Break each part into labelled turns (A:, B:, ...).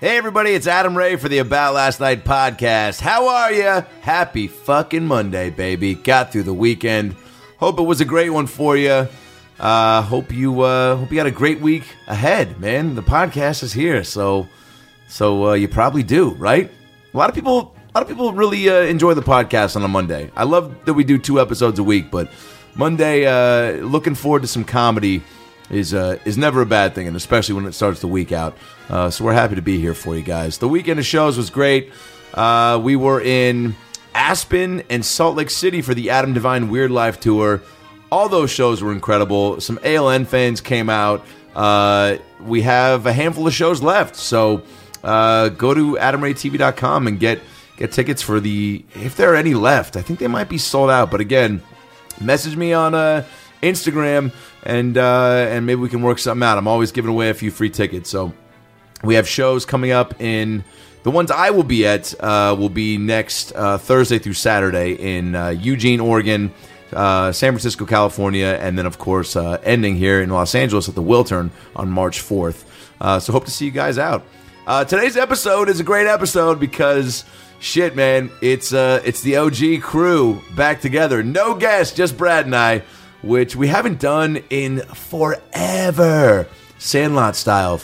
A: Hey everybody, it's Adam Ray for the About Last Night podcast. How are you? Happy fucking Monday, baby. Got through the weekend. Hope it was a great one for you. Uh, hope you uh, hope you got a great week ahead, man. The podcast is here, so so uh, you probably do, right? A lot of people, a lot of people really uh, enjoy the podcast on a Monday. I love that we do two episodes a week, but Monday, uh, looking forward to some comedy is uh, is never a bad thing, and especially when it starts the week out. Uh, so we're happy to be here for you guys. The weekend of shows was great. Uh, we were in Aspen and Salt Lake City for the Adam Divine Weird Life tour. All those shows were incredible. Some ALN fans came out. Uh, we have a handful of shows left, so uh, go to adamraytv.com and get get tickets for the if there are any left. I think they might be sold out, but again, message me on uh, Instagram and uh, and maybe we can work something out. I'm always giving away a few free tickets, so we have shows coming up in the ones I will be at uh, will be next uh, Thursday through Saturday in uh, Eugene, Oregon, uh, San Francisco, California, and then of course uh, ending here in Los Angeles at the Wiltern on March 4th. Uh, so hope to see you guys out. Uh, today's episode is a great episode because shit, man, it's uh, it's the OG crew back together. No guests, just Brad and I, which we haven't done in forever, Sandlot style,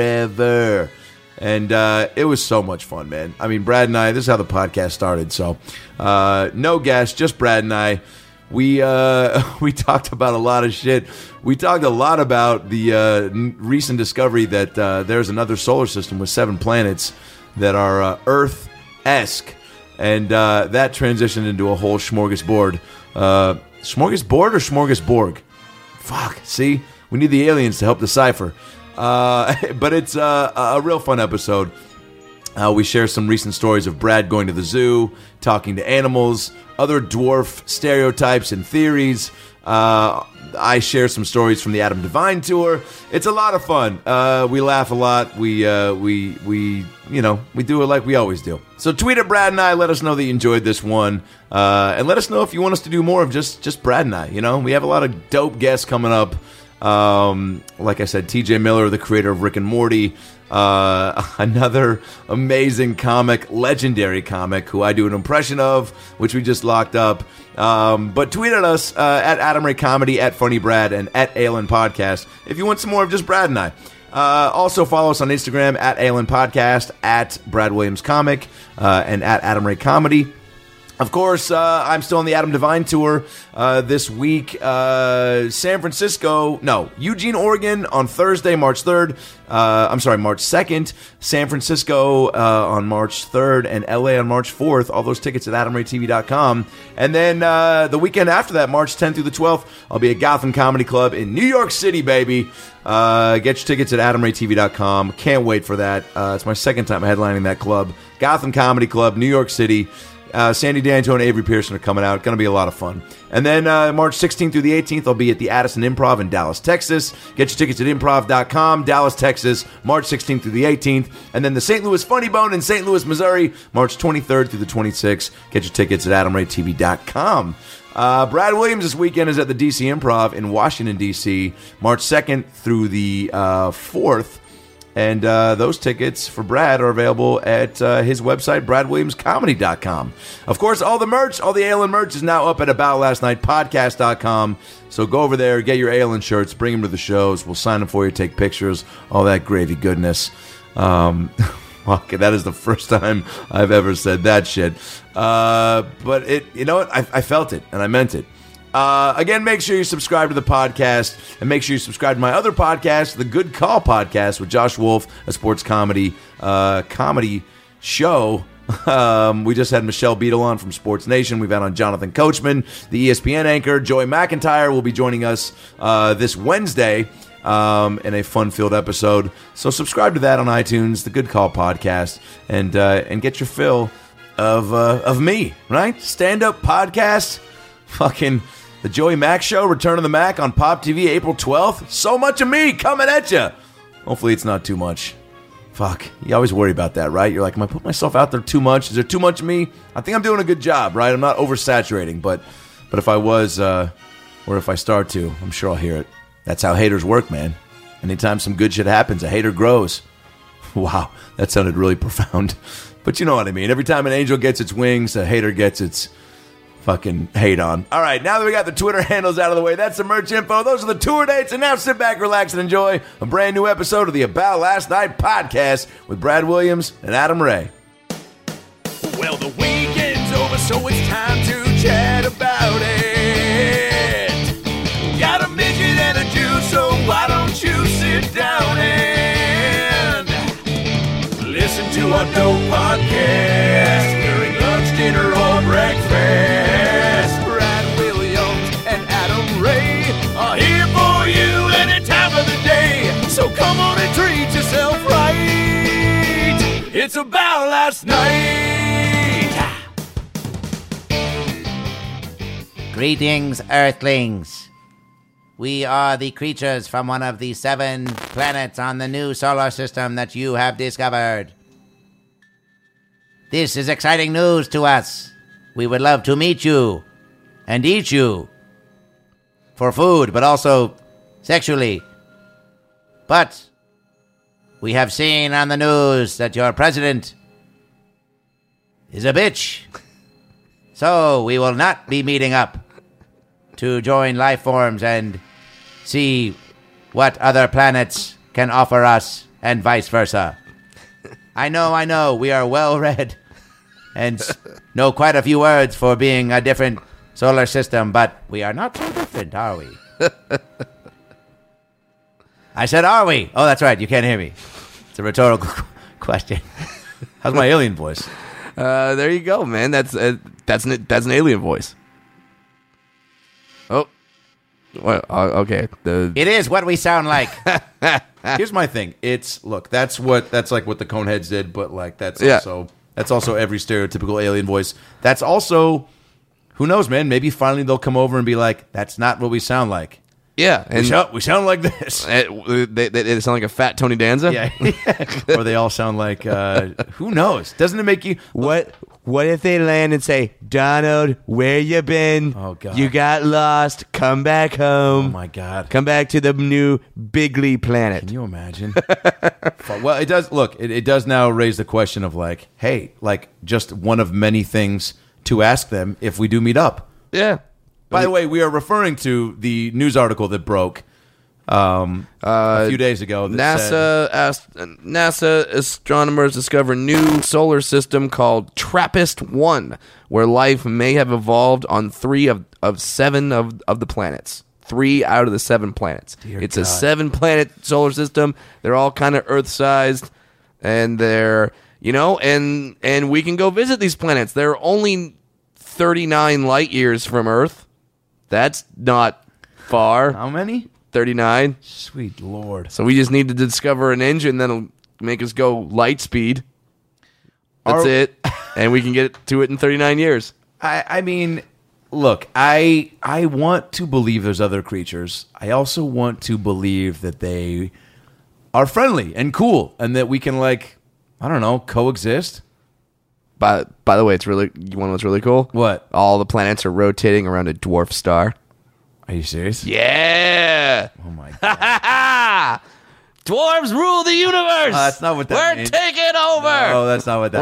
A: forever. And uh, it was so much fun, man. I mean, Brad and I. This is how the podcast started. So, uh, no guests, just Brad and I. We uh, we talked about a lot of shit. We talked a lot about the uh, n- recent discovery that uh, there's another solar system with seven planets that are uh, Earth esque, and uh, that transitioned into a whole smorgasbord. Uh, smorgasbord or smorgasborg? Fuck. See, we need the aliens to help decipher. Uh, but it's uh, a a real fun episode. Uh, we share some recent stories of Brad going to the zoo, talking to animals, other dwarf stereotypes and theories. Uh, I share some stories from the Adam Divine tour. It's a lot of fun. Uh, we laugh a lot. We uh, we we you know we do it like we always do. So tweet at Brad and I. Let us know that you enjoyed this one, uh, and let us know if you want us to do more of just just Brad and I. You know we have a lot of dope guests coming up. Um, like I said, TJ Miller, the creator of Rick and Morty, uh, another amazing comic, legendary comic who I do an impression of, which we just locked up. Um, but tweet at us uh, at Adam Ray Comedy, at Funny Brad, and at Alan Podcast if you want some more of just Brad and I. Uh, also follow us on Instagram at Alan Podcast, at Brad Williams Comic, uh, and at Adam Ray Comedy. Of course, uh, I'm still on the Adam Devine tour uh, this week. Uh, San Francisco, no, Eugene, Oregon on Thursday, March 3rd. Uh, I'm sorry, March 2nd. San Francisco uh, on March 3rd and LA on March 4th. All those tickets at AdamRayTV.com. And then uh, the weekend after that, March 10th through the 12th, I'll be at Gotham Comedy Club in New York City, baby. Uh, get your tickets at AdamRayTV.com. Can't wait for that. Uh, it's my second time headlining that club. Gotham Comedy Club, New York City. Uh, Sandy D'Antoni and Avery Pearson are coming out. Going to be a lot of fun. And then uh, March 16th through the 18th, I'll be at the Addison Improv in Dallas, Texas. Get your tickets at improv.com, Dallas, Texas, March 16th through the 18th. And then the St. Louis Funny Bone in St. Louis, Missouri, March 23rd through the 26th. Get your tickets at adamraytv.com. Uh, Brad Williams this weekend is at the DC Improv in Washington, D.C., March 2nd through the uh, 4th. And uh, those tickets for Brad are available at uh, his website, bradwilliamscomedy.com. Of course, all the merch, all the Alien merch is now up at aboutlastnightpodcast.com. So go over there, get your Alien shirts, bring them to the shows. We'll sign them for you, take pictures, all that gravy goodness. Um, okay, that is the first time I've ever said that shit. Uh, but it, you know what? I, I felt it and I meant it. Uh, again, make sure you subscribe to the podcast and make sure you subscribe to my other podcast, the Good Call Podcast with Josh Wolf, a sports comedy uh, comedy show. Um, we just had Michelle Beadle on from Sports Nation. We've had on Jonathan Coachman, the E ESPN anchor. Joy McIntyre will be joining us uh, this Wednesday um, in a fun-filled episode. So subscribe to that on iTunes, the Good Call Podcast, and uh, and get your fill of uh, of me, right? Stand up podcast, fucking the Joey Mack show, Return of the Mac on Pop TV, April twelfth. So much of me coming at you. Hopefully, it's not too much. Fuck, you always worry about that, right? You're like, am I putting myself out there too much? Is there too much of me? I think I'm doing a good job, right? I'm not oversaturating, but but if I was, uh, or if I start to, I'm sure I'll hear it. That's how haters work, man. Anytime some good shit happens, a hater grows. Wow, that sounded really profound. But you know what I mean. Every time an angel gets its wings, a hater gets its fucking hate on. All right, now that we got the Twitter handles out of the way, that's the merch info. Those are the tour dates. And now sit back, relax, and enjoy a brand new episode of the About Last Night podcast with Brad Williams and Adam Ray. Well, the weekend's over, so it's time to chat about it. Got a midget and a Jew, so why don't you sit down and Listen to a dope podcast during lunch, dinner, or breakfast. Brad Williams and Adam Ray are here for you any time of the day. So come on and treat yourself right. It's about last night.
B: Greetings, Earthlings. We are the creatures from one of the seven planets on the new solar system that you have discovered. This is exciting news to us. We would love to meet you and eat you for food, but also sexually. But we have seen on the news that your president is a bitch. So we will not be meeting up to join life forms and see what other planets can offer us and vice versa. I know, I know, we are well read and s- know quite a few words for being a different solar system, but we are not so different, are we? I said, are we? Oh, that's right, you can't hear me. It's a rhetorical question. How's my alien voice?
C: Uh, there you go, man. That's uh, that's an that's an alien voice. Oh, well, uh, okay. The
B: It is what we sound like.
A: Here's my thing. It's look. That's what. That's like what the Coneheads did, but like that's
C: Yeah.
A: also that's also every stereotypical alien voice. That's also who knows, man. Maybe finally they'll come over and be like, "That's not what we sound like.
C: yeah,
A: We
C: and
A: sound, we sound like this."
C: uh, they, they, they sound like a fat Tony Danza.
A: Yeah, or they all sound like uh, who knows? Doesn't it make you?
D: What what if they land and say, Donald, where you been?
A: Oh, God.
D: You got lost. Come back
A: Oh
D: home.
A: my god!
D: um, Come back to the new Bigly planet.
A: Can you imagine? Fu- well, it does. Look, it, it does now raise the question of like, hey, like just one of many things to ask them if we do meet up.
C: yeah.
A: By the way, we are referring to the news article that broke um, a few days ago. That said-
C: NASA asked, NASA astronomers discover new solar system called TRAPPIST one, where life may have evolved on three of, of seven of, of the planets. Three out of the seven planets. it's a seven planet solar system. They're all kind of Earth sized, and they're you know, and and we can go visit these planets. They're only thirty nine light years from Earth. That's not far.
A: how many?
C: Thirty nine.
A: Sweet lord!
C: So we just need to discover an engine that'll make us go light speed. That's
A: Are-
C: it. And we can get to it in 39 years.
A: I, I mean, look, I I want to believe there's other creatures. I also want to believe that they are friendly and cool, and that we can like, I don't know, coexist.
C: By, by the way, it's really you want what's really cool?
A: What?
C: All the planets are rotating around a dwarf star.
A: Are you serious?
C: Yeah.
A: Oh my god!
C: Dwarves rule the universe.
A: Uh, that's not what that
C: We're
A: means.
C: taking over.
A: oh, that's not what that.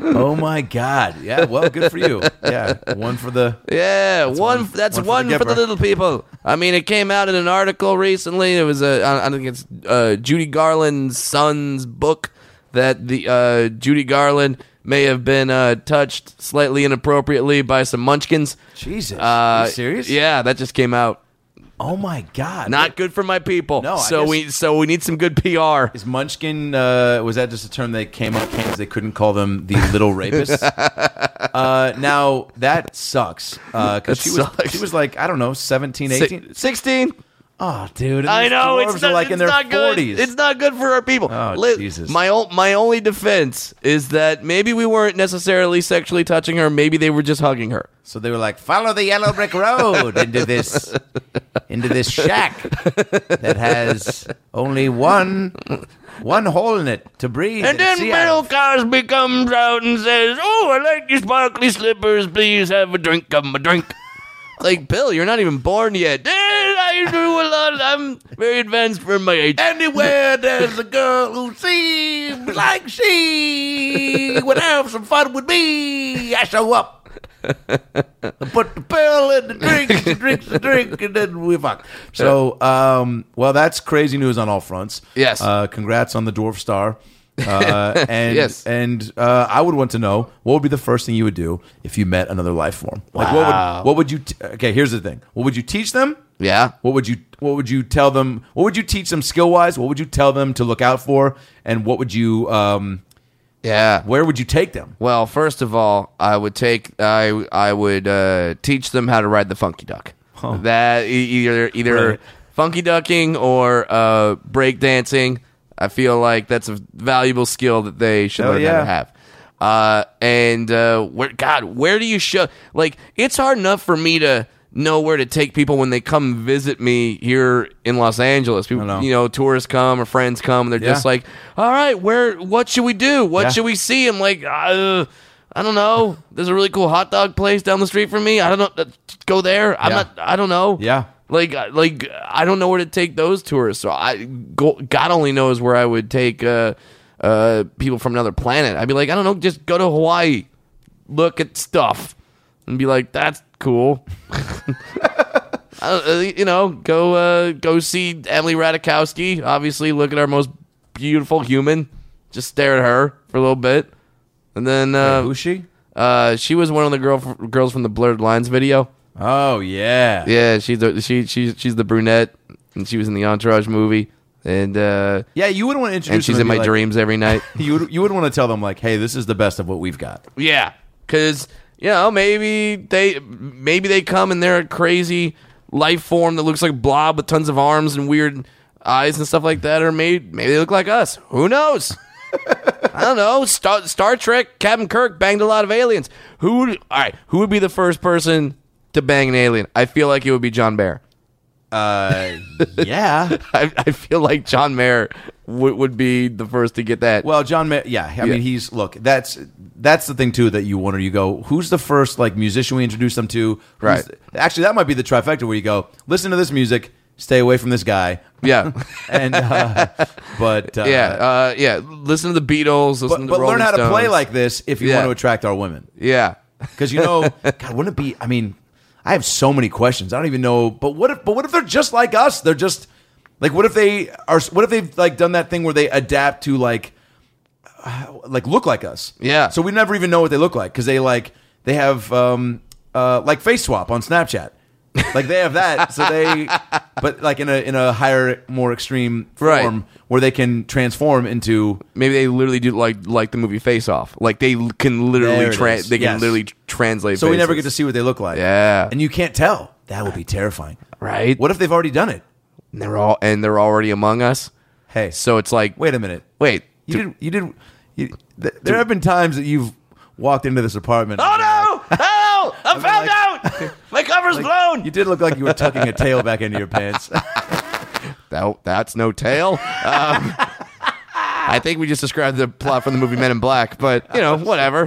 A: means. Oh my god! Yeah, well, good for you. Yeah, one for the
C: Yeah, one,
A: one-
C: That's
A: one for the
C: one, for, the
A: Gipper.
C: little people. I mean, it came out in an article recently. It was a I I think it's uh, Judy Garland's son's book that the uh, Judy Garland may have been uh, touched slightly inappropriately by some munchkins.
A: Jesus.
C: Uh,
A: Are you serious?
C: Yeah, that just came out.
A: Oh my god!
C: Not good for my people.
A: No, I
C: so
A: guess-
C: we so we need some good PR.
A: Is Munchkin? Uh, was that just a term they came up because they couldn't call them the little rapists? uh, now that sucks because
C: That
A: she was
C: sucks.
A: she was like I don't know 17, 18?
C: Sixteen.
A: Oh, dude. and
C: I
A: these
C: know
A: dwarves
C: it's
A: are
C: not,
A: like
C: it's
A: in their
C: not good.
A: 40s.
C: It's not good for our people.
A: Oh, Jesus.
C: My o- my only defense is that maybe we weren't necessarily sexually touching her. Maybe they were just hugging her.
B: So they were like, follow the yellow brick road into this into this shack that has only one one hole in it to breathe.
C: And then
B: see
C: Bill
B: out of."
C: Cosby comes out and says, "Oh, I like your sparkly slippers. Please have a drink. Give 'em a drink." like Bill, you're not even born yet. Eh, I do a lot. I'm very advanced for my age.
B: Anywhere there's a girl who seems like she would have some fun with me, I show up. I put the pill in the drink, she drinks the drink, and then we fuck.
A: So, um, well, that's crazy news on all fronts.
C: Yes.
A: Uh, congrats on the dwarf star. Uh, and
C: Yes.
A: and uh, I would want to know what would be the first thing you would do if you met another life form. Like what would what would you? T- okay, here's the thing. What would you teach them?
C: Yeah.
A: What would you What would you tell them? What would you teach them skill wise? What would you tell them to look out for? And what would you? Um,
C: Yeah.
A: where would you take them?
C: Well, first of all, I would take I I would uh, teach them how to ride the funky duck. That e- either either
A: Brilliant.
C: funky ducking or uh, break dancing. I feel like that's a valuable skill that they should
A: Hell
C: learn how
A: yeah.
C: to have. Uh, and uh, where God, where do you show? Like it's hard enough for me to know where to take people when they come visit me here in Los Angeles. People,
A: know.
C: you know, tourists come or friends come, and they're just
A: Yeah.
C: like, "All right, where? What should we do? What
A: Yeah.
C: should we see?" I'm like, uh, "I don't know. There's a really cool hot dog place down the street from me. I don't know. Uh, Go there. I'm
A: Yeah.
C: not. I don't know.
A: Yeah.
C: Like, uh, like I don't know where to take those tourists. So I, go, God only knows where I would take uh, uh, people from another planet. I'd be like, I don't know. Just go to Hawaii, look at stuff, and be like, that's cool. uh, you know, go uh, go see Emily Radikowski. Obviously, look at our most beautiful human. Just stare at her for a little bit, and then uh,
A: Who's she?
C: uh, she was one of the girl girls from the Blurred Lines video.
A: Oh yeah.
C: Yeah, she's the, she she's she's the brunette, and she was in the Entourage movie, and uh,
A: Yeah, you would want to introduce.
C: and she's
A: them
C: in
A: be
C: my
A: like-
C: dreams every night.
A: You would, you would want to tell them like, hey, this is the best of what we've got.
C: Yeah, because you know maybe they maybe they come and they're a crazy life form that looks like Blob with tons of arms and weird eyes and stuff like that, or maybe maybe they look like us. Who knows? I don't know. Star, Star Trek, Captain Kirk banged a lot of aliens. Who would all right? Who would be the first person to bang an alien? I feel like it would be John Mayer.
A: Uh, yeah.
C: I, I feel like John Mayer would, would be the first to get that.
A: Well, John Mayer, yeah, I mean, he's look. That's that's the thing too that you wonder. You go, who's the first like musician we introduce them to? Who's
C: Right.
A: the- actually, that might be the trifecta where you go, listen to this music, stay away from this guy,
C: yeah,
A: and uh, but uh,
C: yeah, uh, yeah. Listen to the Beatles. Listen
A: but,
C: to
A: but
C: Rolling
A: learn how to play
C: Stones.
A: like this if you
C: Yeah.
A: want to attract our women,
C: yeah.
A: because you know, God, wouldn't it be? I mean, I have so many questions. I don't even know. But what if? But what if they're just like us? They're just like what if they are? What if they've like done that thing where they adapt to like uh, like look like us.
C: Yeah.
A: So we never even know what they look like because they like they have um uh like face swap on Snapchat. like they have that, so they, but like in a in a higher, more extreme form
C: Right.
A: where they can transform into
C: Maybe they literally do like like the movie Face Off. Like they l-
A: There
C: can literally
A: it
C: tra-
A: is.
C: they can
A: Yes.
C: literally tr- translate.
A: so we never get
C: faces.
A: to see what they look like.
C: Yeah.
A: and you can't tell. That would be terrifying,
C: right.
A: What if they've already done it?
C: And they're all and they're already among us.
A: Hey,
C: So it's like
A: wait a minute.
C: wait.
A: you did you did. You, th- there have been times that you've walked into this apartment.
C: Oh no! Help! I
A: like-
C: am found out. My cover's blown.
A: You did look like you were tucking a tail back into your pants.
C: That, that's no tail. Um, I think we just described the plot from the movie Men in Black, but you know, whatever.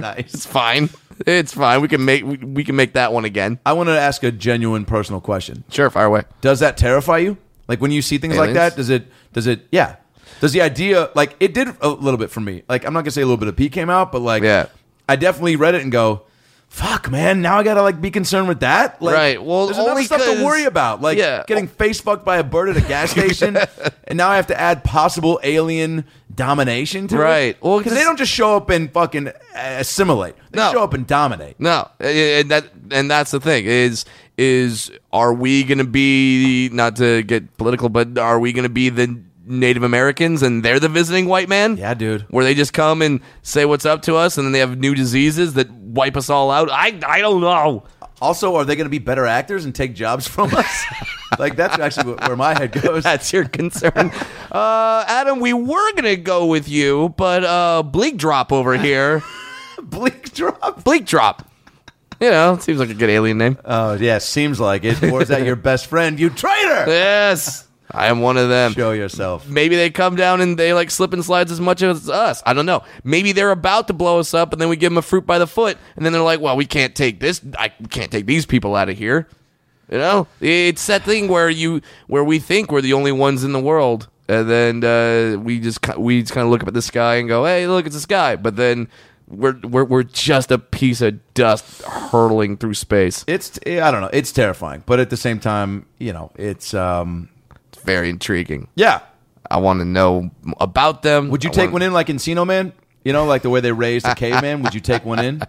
A: Nice.
C: It's fine. It's fine. We can make we, we can make that one again.
A: I want to ask a genuine personal question.
C: Sure, fire away.
A: Does that terrify you? Like when you see things like
C: Aliens?
A: that, does it? Does it? Yeah. Does the idea like it did a little bit for me? Like I'm not gonna say a little bit of pee came out, but like
C: Yeah.
A: I definitely read it and go, "Fuck, man! Now I gotta like be concerned with that." Like,
C: Right, well,
A: there's enough
C: only
A: stuff
C: 'cause-
A: to worry about. Like
C: Yeah.
A: getting face fucked by a bird at a gas station, and now I have to add possible alien domination to it.
C: Right. Well,
A: because they
C: just-
A: don't just show up and fucking assimilate. They
C: No.
A: show up and dominate.
C: No, and that and that's the thing is is are we going to be not to get political, but are we going to be the Native Americans and they're the visiting white man?
A: Yeah, dude.
C: Where they just come and say what's up to us, and then they have new diseases that wipe us all out. I I don't know.
A: Also, are they going to be better actors and take jobs from us? like that's actually wh- where my head goes.
C: That's your concern. uh, Adam, we were going to go with you, but uh, Bleak Drop over here.
A: Bleak drop.
C: Bleak Drop. You know, seems like a good alien name.
A: Oh yeah, seems like it. Or is that your best friend? You traitor!
C: yes. I am one of them.
A: Show yourself.
C: Maybe they come down and they like slip and slides as much as us. I don't know. Maybe they're about to blow us up, and then we give them a fruit by the foot, and then they're like, "Well, we can't take this. I we can't take these people out of here." You know, it's that thing where you where we think we're the only ones in the world, and then uh, we just ki- we just kind of look up at the sky and go, "Hey, look, it's the sky," but then we're we're we're just a piece of dust hurtling through space.
A: It's I don't know. It's terrifying, but at the same time, you know, it's um
C: It's very intriguing.
A: yeah.
C: I want to know about them.
A: Would you
C: I
A: take
C: wanna-
A: one in like Encino Man? You know, like the way they raised the caveman. Would you take one in?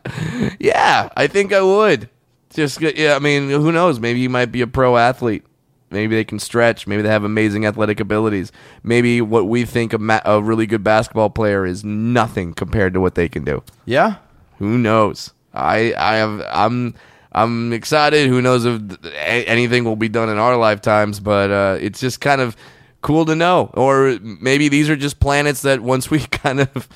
C: Yeah, I think I would. Just go- yeah, I mean, who knows? Maybe you might be a pro athlete. Maybe they can stretch. Maybe they have amazing athletic abilities. Maybe what we think a, ma- a really good basketball player is nothing compared to what they can do.
A: Yeah.
C: Who knows? I I have I'm I'm excited. Who knows if a- anything will be done in our lifetimes? But uh, it's just kind of cool to know. Or maybe these are just planets that once we kind of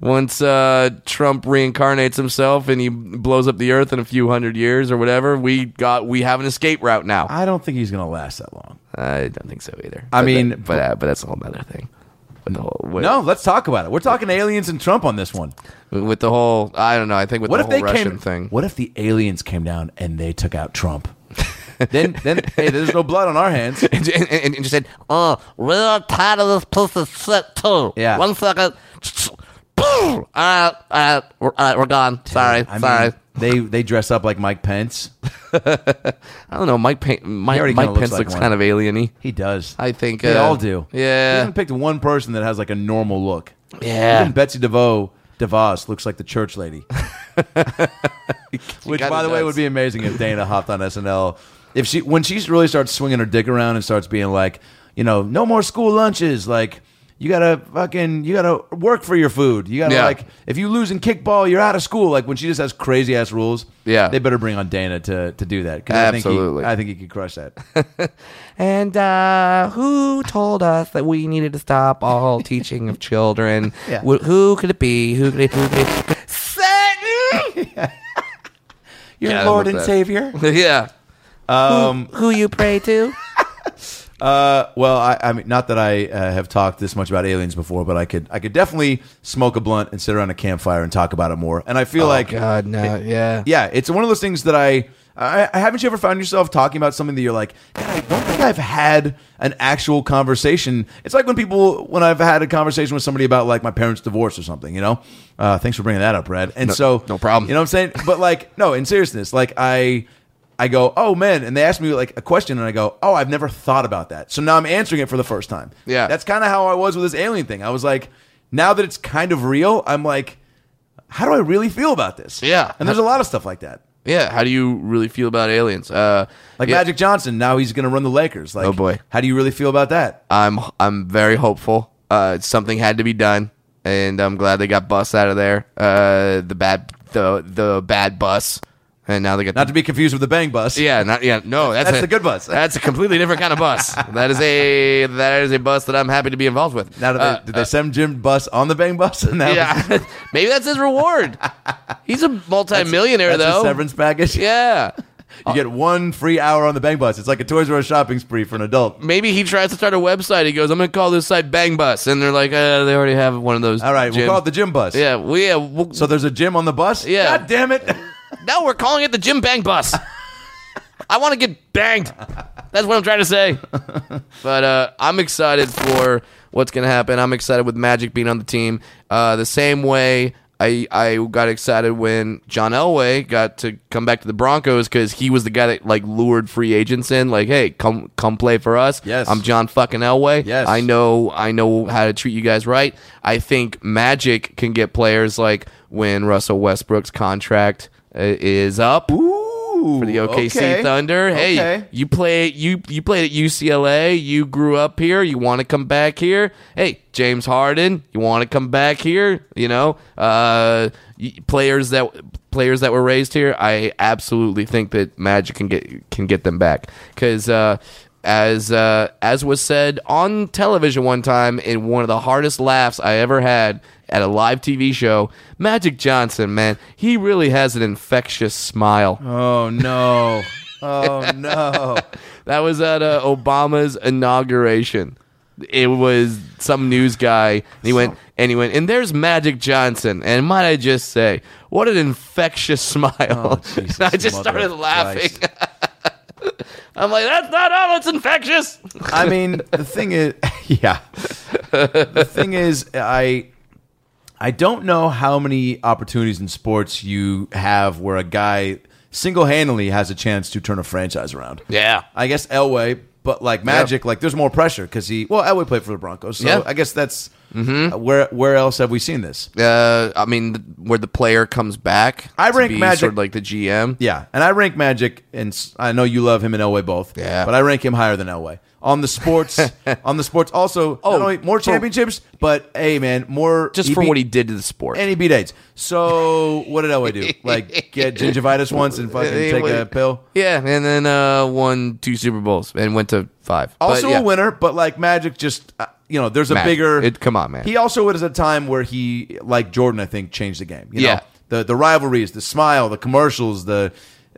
C: once uh, Trump reincarnates himself and he blows up the Earth in a few hundred years or whatever, we got we have an escape route now.
A: I don't think he's gonna last that long.
C: I don't think so either.
A: I
C: But
A: mean-
C: that- but uh, but that's a whole other thing. With the whole, with,
A: No, let's talk about it. We're talking aliens and Trump on this one.
C: with the whole I don't know. I think with
A: What
C: the
A: if
C: whole
A: they
C: Russian
A: came?
C: thing.
A: What if the aliens came down and they took out Trump? then, then, hey, there's no blood on our hands.
C: and, and, and just said,
B: Oh, we're tired of this piece of shit too.
A: Yeah.
B: One second. Boom! All
C: uh,
B: right, all right, we're, all right, we're gone. Sorry,
A: I
B: sorry.
A: mean, they they dress up like Mike Pence.
C: I don't know. Mike Pen- Mike,
A: already
C: Mike
A: kinda looks
C: Pence
A: like
C: looks
A: one.
C: kind of alieny.
A: He does.
C: I think
A: They
C: uh,
A: all do. He
C: Yeah,
A: hasn't picked one person that has like a normal look.
C: Yeah.
A: Even Betsy DeVoe DeVos looks like the church lady. Which,
C: kinda
A: by the way,
C: does.
A: would be amazing if Dana hopped on SNL. If she, when she really starts swinging her dick around and starts being like, you know, no more school lunches. Like, you gotta fucking, you gotta work for your food. You gotta
C: Yeah.
A: like, if you lose in kickball, you're out of school. Like when she just has crazy ass rules.
C: Yeah.
A: they better bring on Dana to to do that. 'Cause
C: Absolutely.
A: I think he, I think he could crush that.
C: and uh, who told us that we needed to stop all teaching of children?
A: Yeah.
C: Wh- who could it be? Who could it? Who could it? Satan!
A: Your
C: Yeah, I
A: Lord
C: love
A: and
C: that.
A: Savior.
C: yeah. Um, who, who you pray to?
A: Uh, well, I, I mean, not that I uh, have talked this much about aliens before, but I could, I could definitely smoke a blunt and sit around a campfire and talk about it more. And I feel like,
C: God, uh, no, yeah.
A: yeah, it's one of those things that I, I, I haven't you ever found yourself talking about something that you're like, God, I don't think I've had an actual conversation. It's like when people, when I've had a conversation with somebody about like my parents' divorce or something, you know. Uh, thanks for bringing that up, Brad. And so,
C: no problem.
A: You know what I'm saying? But like, no, in seriousness, like I. I go, oh man, and they ask me like a question, and I go, oh, I've never thought about that. So now I'm answering it for the first time.
C: Yeah.
A: that's kind of how I was with this alien thing. I was like, now that it's kind of real, I'm like, how do I really feel about this?
C: Yeah.
A: and there's a lot of stuff like that.
C: Yeah. How do you really feel about aliens? Uh,
A: Like
C: yeah.
A: Magic Johnson, now he's going to run the Lakers. Like,
C: Oh, boy.
A: how do you really feel about that?
C: I'm I'm very hopeful. Uh, something had to be done, and I'm glad they got bus out of there. Uh, the bad the the bad bus, and now they got
A: Not to be confused with the Bang Bus.
C: yeah not yeah no that's
A: That's
C: a,
A: the good bus.
C: That's a completely different kind of bus. that is a that is a bus that I'm happy to be involved with.
A: Now, did they,
C: Uh,
A: did they send Jim Bus on the Bang Bus? And that was-
C: yeah, maybe that's his reward. He's a multimillionaire
A: that's a
C: though.
A: severance package.
C: Yeah.
A: You get one free hour on the Bang Bus. It's like a Toys R Us shopping spree for an adult.
C: Maybe he tries to start a website. He goes, "I'm going to call this site Bang Bus," and they're like, uh, "They already have one of those."
A: All right, we'll
C: gyms.
A: call it the Gym Bus.
C: Yeah, we yeah. We'll,
A: So there's a gym on the bus?
C: Yeah.
A: God damn it.
C: No, we're calling it the Jim Bang Bus. I want to get banged. That's what I'm trying to say. But uh, I'm excited for what's going to happen. I'm excited with Magic being on the team. Uh, the same way I, I got excited when John Elway got to come back to the Broncos because he was the guy that like lured free agents in. Like, hey, come come play for us.
A: Yes.
C: I'm John fucking Elway.
A: Yes.
C: I know know I know how to treat you guys right. I think Magic can get players like when Russell Westbrook's contract uh, is up.
A: Ooh,
C: for the OKC
A: okay.
C: Thunder. Hey,
A: Okay.
C: you play you you played at UCLA. You grew up here. You want to come back here. Hey, James Harden, you want to come back here? You know, uh, y- players that players that were raised here. I absolutely think that Magic can get can get them back because. Uh, as uh, as was said on television one time in one of the hardest laughs I ever had at a live TV show, Magic Johnson, man, he really has an infectious smile.
A: Oh no. Oh no.
C: That was at uh, Obama's inauguration. It was some news guy. And he went and he went and there's Magic Johnson. And might I just say, what an infectious smile!
A: Jesus,
C: And I just
A: mother
C: started
A: of
C: laughing. I'm like, that's not all. It's infectious.
A: I mean, the thing is, yeah. The thing is, I I don't know how many opportunities in sports you have where a guy single-handedly has a chance to turn a franchise around.
C: Yeah.
A: I guess Elway, but like Magic, like there's more pressure because he. Well, Elway played for the Broncos, so
C: Yeah.
A: I guess that's where. Where else have we seen this?
C: Uh, I mean, th- where the player comes back.
A: I
C: to
A: rank
C: be
A: Magic-
C: sort of like the GM.
A: Yeah, and I rank Magic, and s- I know you love him and Elway both.
C: Yeah.
A: but I rank him higher than Elway on the sports. on the sports, also, oh, more championships, but hey, man, more
C: Just for
A: beat-
C: what he did to the sport.
A: and he beat AIDS. So what did Elway do? Like get gingivitis once and fucking
C: Hey,
A: take a
C: wait.
A: pill.
C: yeah, and then uh, won two Super Bowls and went to five. But
A: Also
C: yeah.
A: a winner, but like Magic, just uh, you know, there's a
C: Magic.
A: bigger.
C: It- come on, man.
A: He also was at a time where he, like Jordan, I think, changed the game. You know?
C: Yeah.
A: the the rivalries, the smile, the commercials, the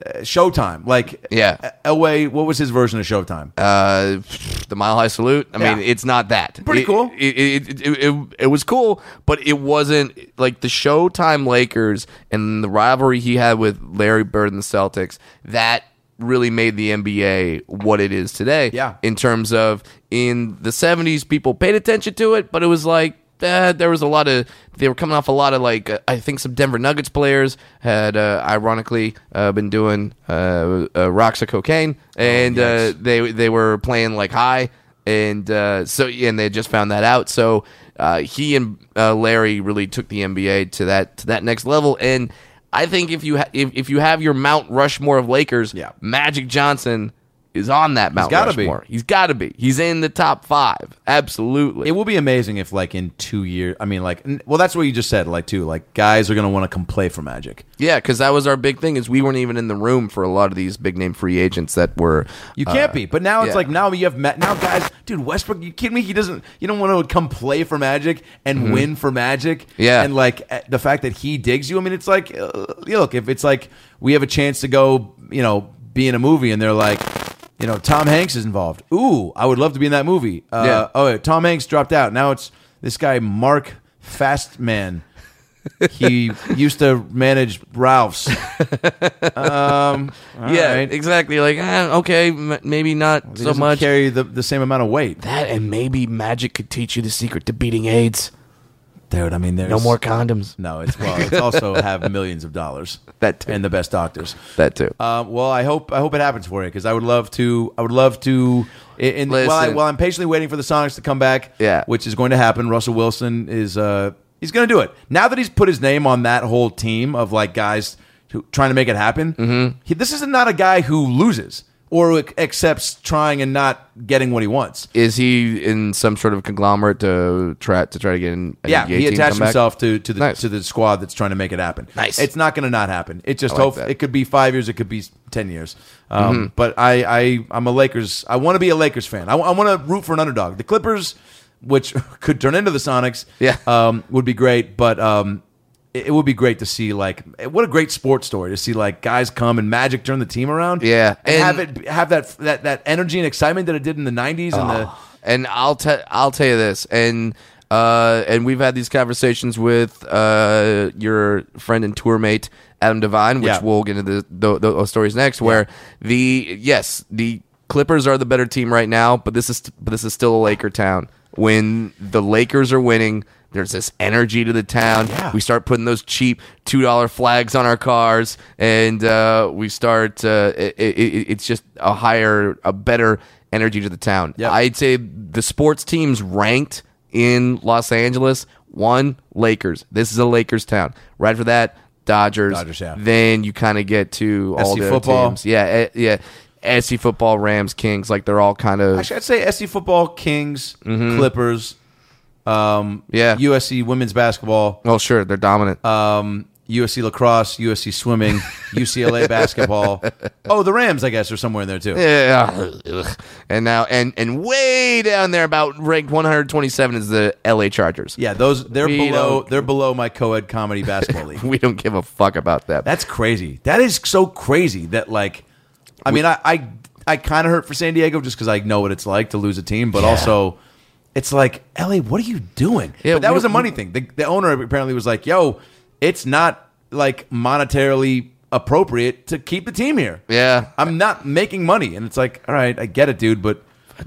A: uh, Showtime. Like
C: Yeah.
A: El- Elway. What was his version of Showtime?
C: uh, the Mile High Salute. I mean,
A: Yeah.
C: it's not that
A: Pretty
C: It-
A: cool.
C: It it, it, it, it it was cool, but it wasn't like the Showtime Lakers and the rivalry he had with Larry Bird and the Celtics. That really made the NBA what it is today.
A: Yeah.
C: in terms of in the seventies, people paid attention to it, but it was like. Uh, there was a lot of they were coming off a lot of like uh, I think some Denver Nuggets players had uh, ironically uh, been doing uh, uh, rocks of cocaine and
A: Oh,
C: uh, they they were playing like high and uh, so and they just found that out so uh, he and uh, Larry really took the NBA to that to that next level and I think if you ha- if, if you have your Mount Rushmore of Lakers
A: Yeah.
C: Magic Johnson is on that Mount
A: gotta be.
C: Rushmore he's got to be he's in the top five absolutely
A: It will be amazing if, like, in two years. I mean, like, n- well, that's what you just said. Like, too, like, guys are gonna want to come play for Magic.
C: yeah because that was our big thing is we weren't even in the room for a lot of these big name free agents that were
A: You can't be. But now it's
C: yeah.
A: like now you have Ma- now guys, dude. Westbrook, you kidding me? He doesn't. You don't want to come play for Magic and win for Magic.
C: Mm-hmm. Yeah.
A: and like eh, the fact that he digs you. I mean, it's like uh, look, if it's like we have a chance to go, you know, be in a movie, and they're like. You know, Tom Hanks is involved. Ooh, I would love to be in that movie. Uh,
C: Yeah.
A: Oh, wait, Tom Hanks dropped out. Now it's this guy Mark Fastman. He used to manage Ralph's.
C: yeah,
A: right.
C: exactly. Like, ah, okay, m- maybe not
A: He
C: so
A: doesn't
C: much.
A: carry the, the same amount of weight,
C: that and maybe magic could teach you the secret to beating AIDS.
A: dude. I mean, there's
C: No more condoms.
A: No, it's well. It's also have millions of dollars
C: That too.
A: and the best doctors.
C: That too.
A: Um, well, I hope I hope it happens for you because I would love to. I would love to. And and while, I,
C: Listen.
A: while I'm patiently waiting for the Sonics to come back,
C: Yeah.
A: which is going to happen. Russell Wilson is uh, he's going to do it now that he's put his name on that whole team of like guys who trying to make it happen.
C: Mm-hmm.
A: He, this is not a guy who loses or ac- accepts trying and not getting what he wants.
C: Is he in some sort of conglomerate to try to try to get in? a
A: Yeah,
C: NBA
A: he
C: team
A: attached
C: comeback?
A: himself to to the
C: Nice.
A: to the squad that's trying to make it happen.
C: Nice.
A: It's not going to not happen. It just
C: I like
A: hope
C: that. Mm-hmm.
A: it could be five years. It could be ten years. Um, But I I I'm a Lakers. I want to be a Lakers fan. I, want to root for an underdog. The Clippers, which could turn into the Sonics,
C: Yeah.
A: um, would be great. But um, it, it would be great to see like what a great sports story to see like guys come and Magic turn the team around.
C: Yeah,
A: and,
C: and-
A: have it have that that that energy and excitement that it did in the '90s and the.
C: And I'll tell I'll tell you this, and uh, and we've had these conversations with uh, your friend and tour mate Adam Devine, which
A: Yeah.
C: we'll get into the, tho- tho- those stories next. Where the yes, the Clippers are the better team right now, but this is but this is still a Laker town. When the Lakers are winning, there's this energy to the town. We start putting those cheap two dollar flags on our cars, and uh, we start. Uh, it, it, it- it's just a higher, a better energy to the town.
A: Yeah.
C: I'd say the sports teams ranked in Los Angeles one Lakers. This is a Lakers town. Right for that, Dodgers.
A: Dodgers, yeah.
C: Then you kind of get to all
A: SC
C: the other
A: football.
C: teams. Yeah, eh, yeah. SC football, Rams, Kings, like they're all kind of
A: Actually, I'd say SC football, Kings,
C: Mm-hmm.
A: Clippers, um,
C: Yeah.
A: USC women's basketball,
C: well, sure, they're dominant.
A: um, USC lacrosse, USC swimming, UCLA basketball. Oh, the Rams, I guess, are somewhere in there too.
C: Yeah. Ugh. And now and and way down there about ranked 127 is the LA Chargers.
A: Yeah, those they're
C: We
A: below
C: don't-
A: they're below my co-ed comedy basketball league.
C: We don't give a fuck about that.
A: That's crazy. That is so crazy that like I mean I I, I kind of hurt for San Diego just cuz I know what it's like to lose a team, but also it's like LA, what are you doing?
C: Yeah,
A: but that
C: we-
A: was a money thing. The, the owner apparently was like, "Yo, it's not like monetarily appropriate to keep the team here.
C: yeah.
A: I'm not making money." And it's like, "All right, I get it, dude, but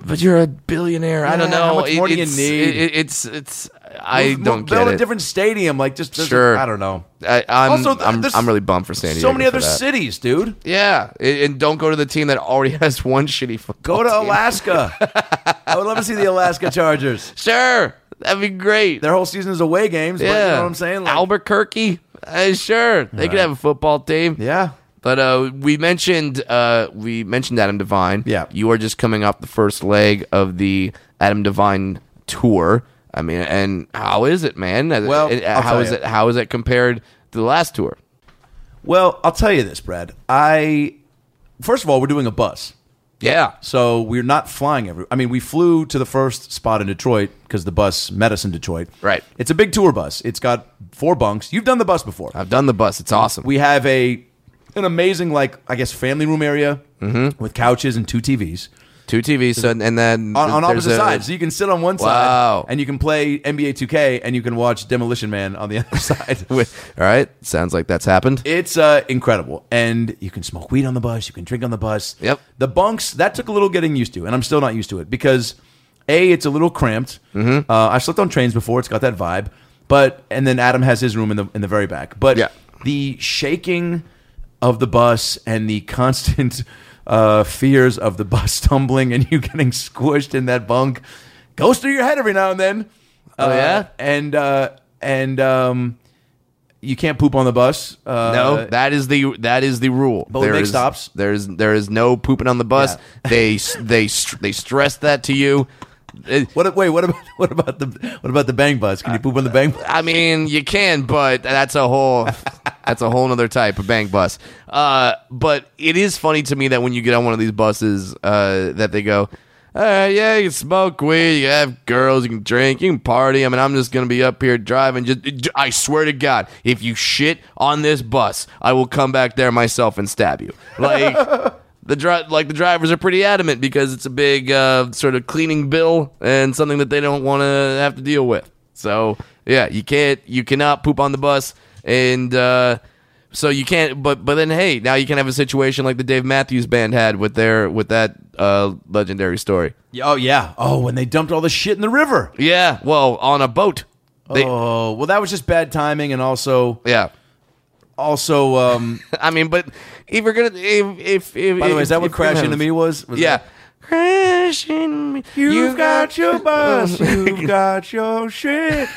C: But you're a billionaire. I don't
A: Yeah,
C: know.
A: how much more do you
C: it's,
A: need?
C: it- it's it's I
A: move-
C: don't
A: build
C: get
A: a
C: it.
A: different stadium like just there's a-
C: Sure.
A: I don't know.
C: I, I'm,
A: Also, th-
C: I'm,
A: there's
C: I'm really bummed for San Diego.
A: so many
C: for
A: other
C: that.
A: cities, dude.
C: Yeah, and and don't go to the team that already has one shitty football.
A: Go to
C: team.
A: Alaska. I would love to see the Alaska Chargers.
C: Sure, that'd be great.
A: Their whole season is away games,
C: yeah,
A: but you know what I'm saying? Like,
C: Albuquerque. Uh, sure, they could have a football team.
A: Yeah.
C: But uh, we mentioned uh, we mentioned Adam Devine.
A: Yeah.
C: you are just coming off the first leg of the Adam Devine tour. I mean, and how is it, man?
A: Well,
C: And
A: I'll
C: how
A: tell
C: is
A: you.
C: it? How is it compared to the last tour?
A: Well, I'll tell you this, Brad. I first of all, we're doing a bus.
C: Yeah,
A: So we're not flying every I mean, we flew to the first spot in Detroit because the bus met us in Detroit.
C: Right.
A: It's a big tour bus. It's got four bunks. You've done the bus before.
C: I've done the bus. It's awesome.
A: We have a an amazing, like, I guess family room area
C: Mm-hmm.
A: with couches and two TVs.
C: Two TVs, so, and then
A: on, on
C: there's
A: opposite
C: a-
A: sides. So you can sit on one side
C: Wow.
A: and you can play NBA 2K and you can watch Demolition Man on the other side.
C: With, all right, sounds like that's happened.
A: it's uh, incredible. And you can smoke weed on the bus, you can drink on the bus.
C: Yep.
A: The bunks, that took a little getting used to, and I'm still not used to it because A, it's a little cramped. Mm-hmm. Uh, I slept on trains before, it's got that vibe. But and then Adam has his room in the in the very back. But
C: Yeah.
A: the shaking of the bus and the constant uh, fears of the bus tumbling and you getting squished in that bunk goes through your head every now and then.
C: Oh,
A: Uh,
C: yeah?
A: and uh, and um, you can't poop on the bus. Uh,
C: no, that is the that is the rule.
A: But we make
C: is-
A: stops.
C: There is there is no pooping on the bus.
A: Yeah.
C: They they they st- they stress that to you. It-
A: What? Wait. What about what about the what about the bang bus? Can you poop on the bang? bus?
C: I mean, you can, but that's a whole that's a whole other type of bang bus. Uh, but it is funny to me that when you get on one of these buses, uh, that they go, "All right, yeah, you can smoke weed, you have girls, you can drink, you can party." I mean, I'm just gonna be up here driving. Just, I swear to God, if you shit on this bus, I will come back there myself and stab you. Like. The dri- like the drivers are pretty adamant because it's a big uh, sort of cleaning bill and something that they don't want to have to deal with. So yeah, you can't you cannot poop on the bus, and uh, so you can't. But but then hey, now you can have a situation like the Dave Matthews Band had with their with that uh, legendary story.
A: Yeah, Oh yeah. Oh, when they dumped all the shit in the river.
C: Yeah, well, on a boat. They,
A: oh well, that was just bad timing, and also
C: Yeah,
A: also. Um,
C: I mean, but if you're gonna if if, if
A: by the way,
C: if-
A: is that
C: if
A: what
C: you're
A: Crash
C: gonna-
A: into Me was? was
C: Yeah.
A: that-
C: Crashing me.
A: You've, got oh your bus. You've got your shit.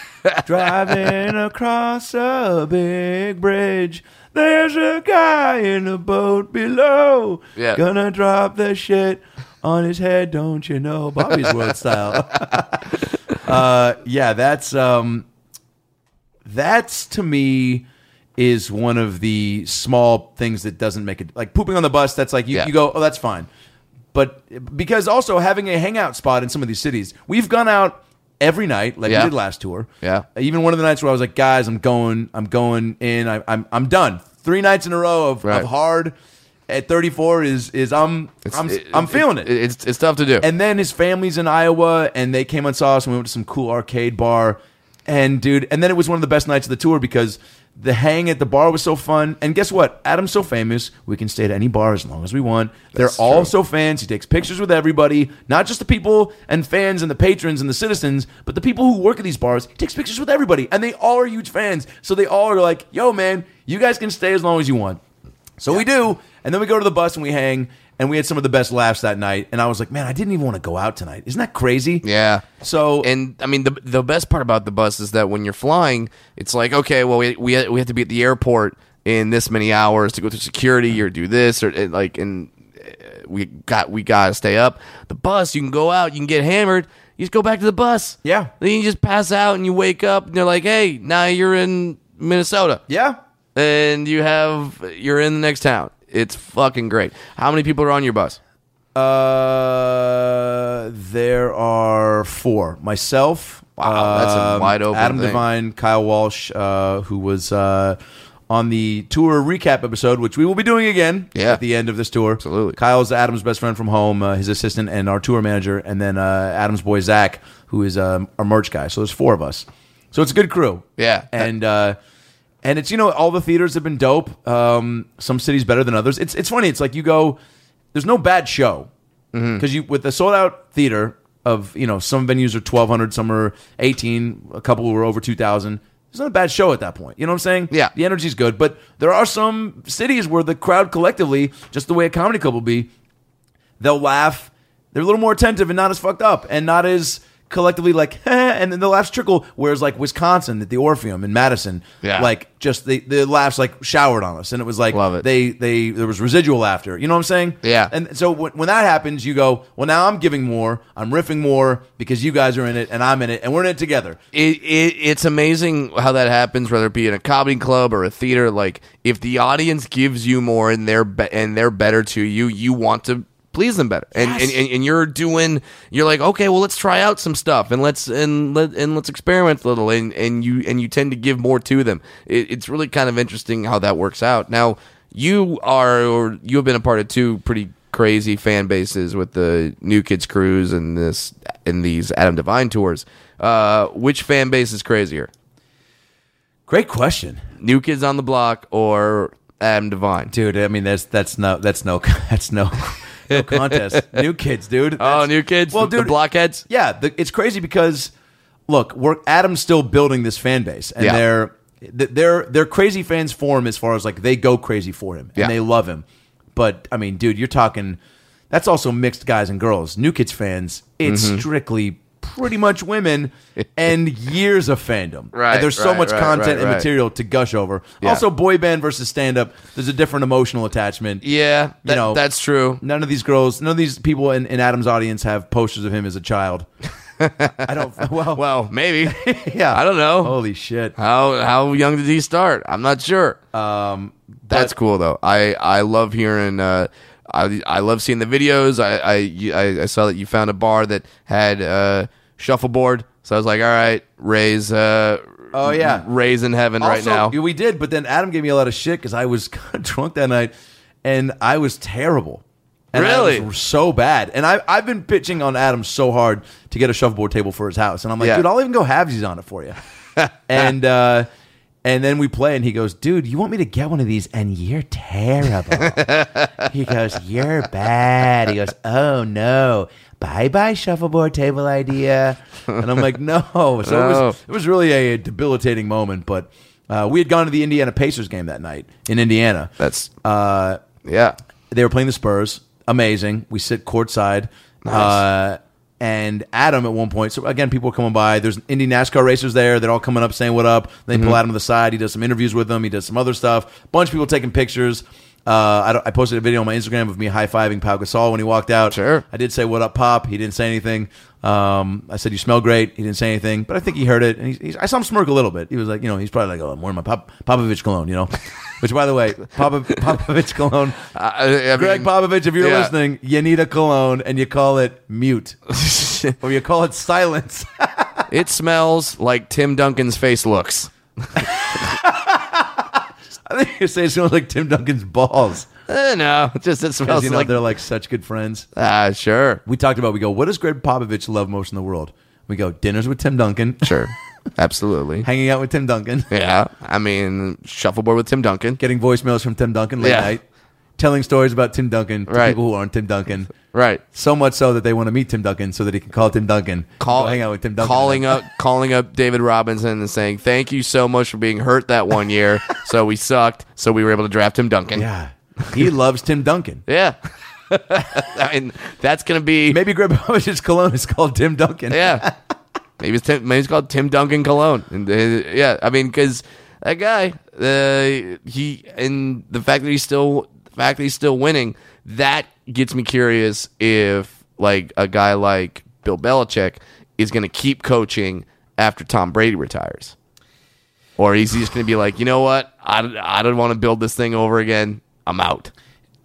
A: Driving across a big bridge. There's a guy in a boat below.
C: Yeah.
A: Gonna drop the shit on his head, don't you know? Bobby's World style. uh, yeah, that's um, that's to me is one of the small things that doesn't make it like pooping on the bus. That's like you,
C: Yeah.
A: you go, oh, that's fine. But because also having a hangout spot in some of these cities, we've gone out every night, like
C: Yeah.
A: we did last tour.
C: Yeah.
A: Even one of the nights where I was like, guys, I'm going, I'm going in, I, I'm, I'm done. Three nights in a row of,
C: Right.
A: of hard at 34 is, is I'm, I'm, I'm feeling it.
C: It's it's tough to do.
A: And then his family's in Iowa, and they came and saw us, and we went to some cool arcade bar. And dude, and then it was one of the best nights of the tour because the hang at the bar was so fun. And guess what? Adam's so famous, we can stay at any bar as long as we want.
C: That's
A: They're all
C: true.
A: so fans. He takes pictures with everybody, not just the people and fans and the patrons and the citizens, but the people who work at these bars. He takes pictures with everybody, and they all are huge fans. So they all are like, "Yo, man, you guys can stay as long as you want." So we do, and then we go to the bus and we hang, and we had some of the best laughs that night. And I was like, "Man, I didn't even want to go out tonight. Isn't that crazy?"
C: Yeah.
A: So
C: and I mean the the best part about the bus is that when you're flying, it's like okay, well we we, we have to be at the airport in this many hours to go through security or do this or and, like and uh, we got we gotta stay up. The bus, you can go out, you can get hammered. You just go back to the bus.
A: Yeah.
C: Then you just pass out and you wake up and they're like, hey, now you're in Minnesota
A: Yeah.
C: and you have you're in the next town. It's fucking great. How many people are on your bus?
A: Uh, there are four. Myself.
C: Wow, that's a
A: um,
C: wide open
A: Adam
C: thing.
A: Devine, Kyle Walsh, uh, who was uh, on the tour recap episode, which we will be doing again
C: Yeah.
A: at the end of this tour.
C: Absolutely.
A: Kyle's Adam's best friend from home, uh, his assistant, and our tour manager, and then uh, Adam's boy Zach, who is um, our merch guy. So there's four of us. So it's a good crew.
C: Yeah.
A: and uh, and it's you know all the theaters have been dope. Um, some cities better than others. It's it's funny. It's like you go. There's no bad show because
C: Mm-hmm.
A: you with the sold out theater of you know some venues are 1200, some are 18, a couple were over 2000. It's not a bad show at that point. You know what I'm saying?
C: Yeah.
A: The energy's good, but there are some cities where the crowd collectively, just the way a comedy club will be, they'll laugh. They're a little more attentive and not as fucked up and not as collectively like, and then the laughs trickle. Whereas like Wisconsin at the Orpheum in Madison,
C: Yeah.
A: like just the the laughs like showered on us, and it was like
C: Love it.
A: They they there was residual laughter. You know what I'm saying?
C: Yeah.
A: And so when, when that happens, you go, well, now I'm giving more, I'm riffing more because you guys are in it and I'm in it and we're in it together.
C: it, it it's amazing how that happens, whether it be in a comedy club or a theater. Like if the audience gives you more and they're be- and they're better to you, you want to please them better. And, and, and and you're doing you're like okay, well let's try out some stuff and let's and let and let's experiment a little. And and you and you tend to give more to them. It, it's really kind of interesting how that works out. Now you are or you have been a part of two pretty crazy fan bases with the New Kids Cruise and this and these Adam Devine tours. Uh, which fan base is crazier,
A: Great question,
C: New Kids on the Block or Adam Devine?
A: dude. I mean, that's that's no that's no that's no. No contest, new kids, dude.
C: oh,
A: That's-
C: New Kids, well, the, the blockheads.
A: yeah, the, it's crazy because look, we're Adam's still building this fan base, and
C: Yeah.
A: they're th- they're they're crazy fans for him as far as like they go crazy for him and
C: Yeah.
A: they love him. But I mean, dude, you're talking. That's also mixed guys and girls. New Kids fans, it's
C: Mm-hmm.
A: strictly pretty much women and years of fandom.
C: Right,
A: And there's so
C: right,
A: much
C: right,
A: content
C: right,
A: and
C: right.
A: material to gush over.
C: Yeah.
A: Also, boy band versus stand up, there's a different emotional attachment.
C: Yeah, that-
A: know,
C: that's true.
A: None of these girls, none of these people in, in Adam's audience have posters of him as a child. I don't. Well,
C: Well, maybe.
A: yeah,
C: I don't know.
A: Holy shit!
C: How how young did he start? I'm not sure. Um, that's cool though. I I love hearing. Uh, I I love seeing the videos. I I you- I, I saw that you found a bar that had uh, shuffleboard. So I was like, all right, raise. Uh,
A: Oh, yeah.
C: raise in heaven right
A: Also,
C: now.
A: we did, but then Adam gave me a lot of shit because I was drunk that night, and I was terrible. And I
C: Really?
A: was so bad. And I, I've been pitching on Adam so hard to get a shuffleboard table for his house, and I'm like,
C: Yeah.
A: dude, I'll even go halvesies on it for you. and uh, and then we play, and he goes, dude, you want me to get one of these? And you're terrible. he goes, You're bad. He goes, Oh no. Bye bye shuffleboard table idea. And I'm like, No. So it
C: No.
A: was it was really a debilitating moment, but uh, we had gone to the Indiana Pacers game that night in Indiana.
C: That's
A: Uh,
C: yeah.
A: they were playing the Spurs. Amazing. We sit courtside. Uh, and Adam at one point, so again, people are coming by. There's Indy NASCAR racers there. They're all coming up saying what up. They pull Adam to the side. He does some interviews with them. He does some other stuff. Bunch of people taking pictures. Uh, I, don't- I posted a video on my Instagram of me high fiving Pau Gasol when he walked out.
C: Sure.
A: I did say what up, Pop. He didn't say anything. Um, I said you smell great. He didn't say anything, but I think he heard it. And he's, he's, I saw him smirk a little bit. He was like, you know, he's probably like, oh, I'm wearing my Pop, Popovich cologne, you know. Which, by the way, Pop, Popovich cologne
C: I, I- I
A: Greg
C: mean,
A: Popovich, if you're
C: yeah.
A: listening, you need a cologne and you call it mute or you call it silence.
C: it smells like Tim Duncan's face looks.
A: I think you say it sounds like Tim Duncan's balls.
C: Eh, no, just it smells
A: Because, you know,
C: like
A: they're like such good friends.
C: ah sure
A: We talked about, we go, what does Greg Popovich love most in the world? We go, dinners with Tim Duncan,
C: sure absolutely
A: hanging out with Tim Duncan,
C: yeah. I mean shuffleboard with Tim Duncan.
A: getting voicemails from Tim Duncan late
C: Yeah.
A: night, telling stories about Tim Duncan to
C: Right.
A: people who aren't Tim Duncan.
C: Right.
A: So much so that they want to meet Tim Duncan so that he can call Tim Duncan.
C: Call,
A: go hang out with Tim Duncan.
C: Calling up, calling up David Robinson and saying, "Thank you so much for being hurt that one year. so we sucked. So we were able to draft Tim Duncan.
A: Yeah. He loves Tim Duncan.
C: yeah. I mean, that's gonna be
A: Maybe Greg Popovich's cologne is called Tim Duncan.
C: yeah. Maybe it's Tim, maybe it's called Tim Duncan Cologne. And uh, yeah, I mean, because that guy, uh, he and the fact that he's still the fact that he's still winning, that gets me curious if like a guy like Bill Belichick is going to keep coaching after Tom Brady retires, or he's just going to be like, you know what, I I don't want to build this thing over again. I'm out.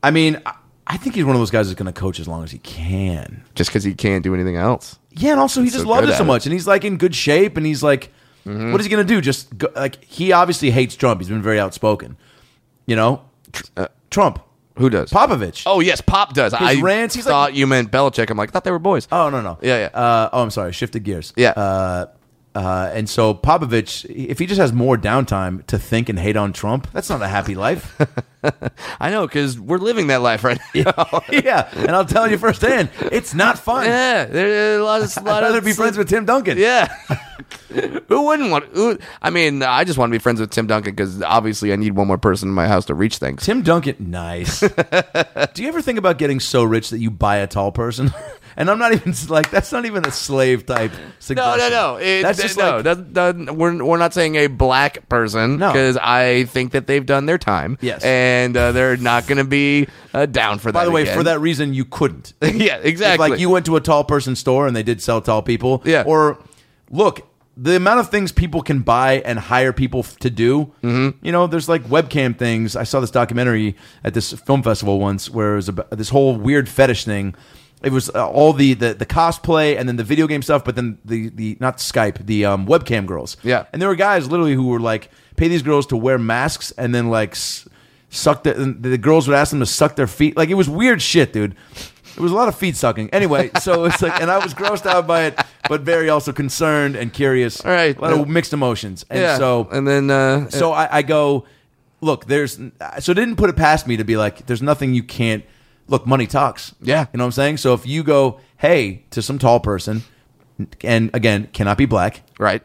A: I mean, I- I think he's one of those guys that's going to coach as long as he can.
C: Just because he can't do anything else.
A: Yeah, and also he just
C: so
A: loves
C: good
A: it so
C: at it. Mm-hmm.
A: much, and he's like in good shape, and he's like, what is he gonna do? Just go, like he obviously hates Trump. He's been very outspoken, you know. Tr- uh, Trump,
C: Who does?
A: Popovich.
C: Oh yes, Pop does. I
A: rants, he's like-
C: thought you meant Belichick. I'm like, I thought they were boys.
A: Oh, no, no.
C: Yeah, yeah.
A: Uh, oh, I'm sorry. Shifted gears.
C: Yeah.
A: Uh, uh, and so Popovich, if he just has more downtime to think and hate on Trump, that's not a happy life.
C: I know because we're living that life right now.
A: yeah, and I'll tell you firsthand, it's not fun.
C: Yeah, there's a lot of.
A: I'd
C: lot
A: rather
C: of
A: be friends with Tim Duncan.
C: Yeah. who wouldn't want? Who, I mean, I just want to be friends with Tim Duncan because obviously I need one more person in my house to reach things.
A: Tim Duncan, nice. Do you ever think about getting so rich that you buy a tall person? and I'm not even like that's not even a slave type.
C: No,
A: Suggestion.
C: no, no. It,
A: that's just
C: no.
A: like
C: that- that- we're we're not saying a black person
A: No.
C: because I think that they've done their time.
A: Yes.
C: and uh, they're not going to be uh, down for that.
A: by the way,
C: again.
A: for that reason you couldn't.
C: yeah,
A: If,
C: exactly.
A: like you went to a tall person store and they did sell tall people.
C: Yeah.
A: Or look, the amount of things people can buy and hire people f- to do. Mm-hmm. You know, there's like webcam things. I saw this documentary at this film festival once where it was about this whole weird fetish thing. It was uh, all the, the the cosplay and then the video game stuff, but then the the not Skype the um, webcam girls.
C: Yeah.
A: and there were guys literally who were like pay these girls to wear masks and then like s- suck the and the girls would ask them to suck their feet. Like it was weird shit, dude. It was a lot of feet sucking. Anyway, so it's like, and I was grossed out by it, but very also concerned and curious.
C: All right.
A: a lot of mixed emotions. And
C: yeah.
A: so,
C: and then uh,
A: so I, I go, look, there's, so it didn't put it past me to be like, there's nothing you can't, look, money talks.
C: Yeah.
A: You know what I'm saying? So if you go, hey, to some tall person, and again, cannot be black,
C: right,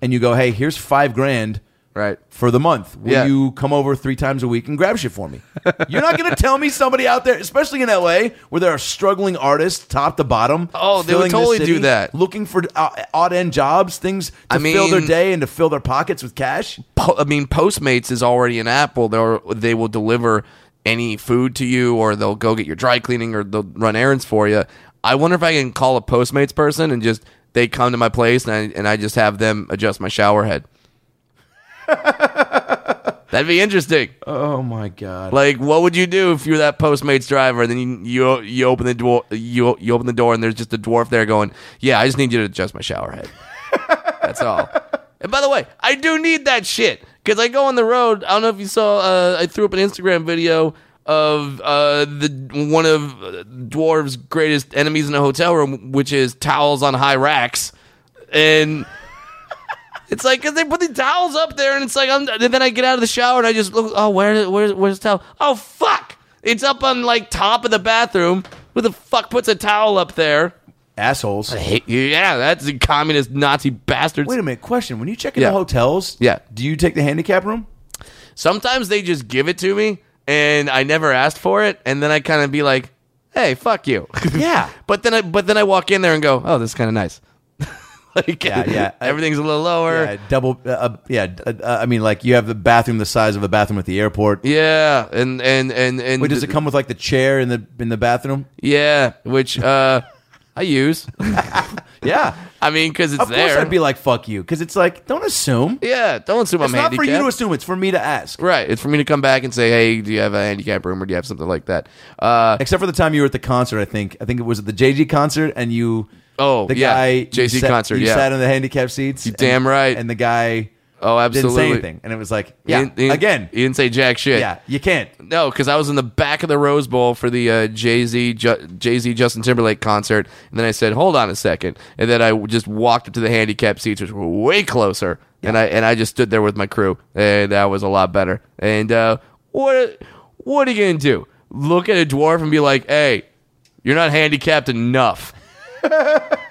A: and you go, hey, here's five grand
C: right.
A: for the month. Will
C: Yeah.
A: you come over three times a week and grab shit for me? You're not going to tell me somebody out there, especially in LA, where there are struggling artists top to bottom.
C: Oh, they
A: filling
C: would
A: this
C: totally do
A: city,
C: that.
A: Looking for uh, odd end jobs, things to
C: I
A: fill their
C: mean-
A: day and to fill their pockets with cash.
C: po- I mean, Postmates is already an app. Well, they they will deliver any food to you, or they'll go get your dry cleaning, or they'll run errands for you. I wonder if I can call a Postmates person and just they come to my place and I, and I just have them adjust my shower head. That'd be interesting.
A: Oh my god.
C: Like, what would you do if you were that Postmates driver? And then you you, you open the door you you open the door and there's just a dwarf there going, "Yeah, I just need you to adjust my shower head." That's all. And by the way, I do need that shit because I go on the road. I don't know if you saw. Uh, I threw up an Instagram video of uh, the one of uh, dwarves' greatest enemies in a hotel room, which is towels on high racks, and. It's like 'cause they put the towels up there, and it's like, I'm, and then I get out of the shower and I just look. Oh, where, where's, where's the towel? Oh, fuck! It's up on like top of the bathroom. Who the fuck puts a towel up there?
A: Assholes.
C: Hate you. Yeah, that's the communist Nazi bastards.
A: Wait a minute. Question: When you check into
C: Yeah.
A: hotels,
C: Yeah.
A: do you take the handicap room?
C: Sometimes they just give it to me, and I never asked for it, and then I kind of be like, "Hey, fuck you."
A: Yeah.
C: but then I, but then I walk in there and go, "Oh, this is kind of nice." like,
A: Yeah, yeah.
C: Everything's a little lower.
A: Yeah, double. Uh, uh, yeah, uh, uh, I mean, like you have the bathroom the size of a bathroom at the airport.
C: Yeah, and and and and
A: Wait, does it come with like the chair in the in the bathroom?
C: Yeah, which uh, I use.
A: Yeah.
C: I mean, because it's
A: Of course,
C: there.
A: I'd be like, "Fuck you," because it's like, don't assume.
C: yeah, don't assume
A: it's
C: I'm
A: not for
C: handicapped.
A: you to assume. It's for me to ask.
C: right, it's for me to come back and say, "Hey, do you have a handicap room, or do you have something like that?" Uh,
A: Except for the time you were at the concert, I think. I think it was at the JG concert, and you.
C: Oh,
A: the
C: yeah.
A: guy you
C: JG
A: sat-
C: concert,
A: You
C: yeah.
A: sat in the handicap seats. You
C: damn right.
A: And the guy
C: oh,
A: didn't
C: absolutely.
A: say anything, and it was like, yeah,
C: You didn't- you didn't-
A: again,
C: you didn't say jack shit.
A: yeah, you can't.
C: No, because I was in the back of the Rose Bowl for the uh, Jay Z Ju- Jay Z Justin Timberlake concert, and then I said, "Hold on a second. and then I w- just walked up to the handicap seats, which were way closer, and I and I just stood there with my crew, and that was a lot better. And uh, what what are you gonna do? Look at a dwarf and be like, "Hey, you're not handicapped enough."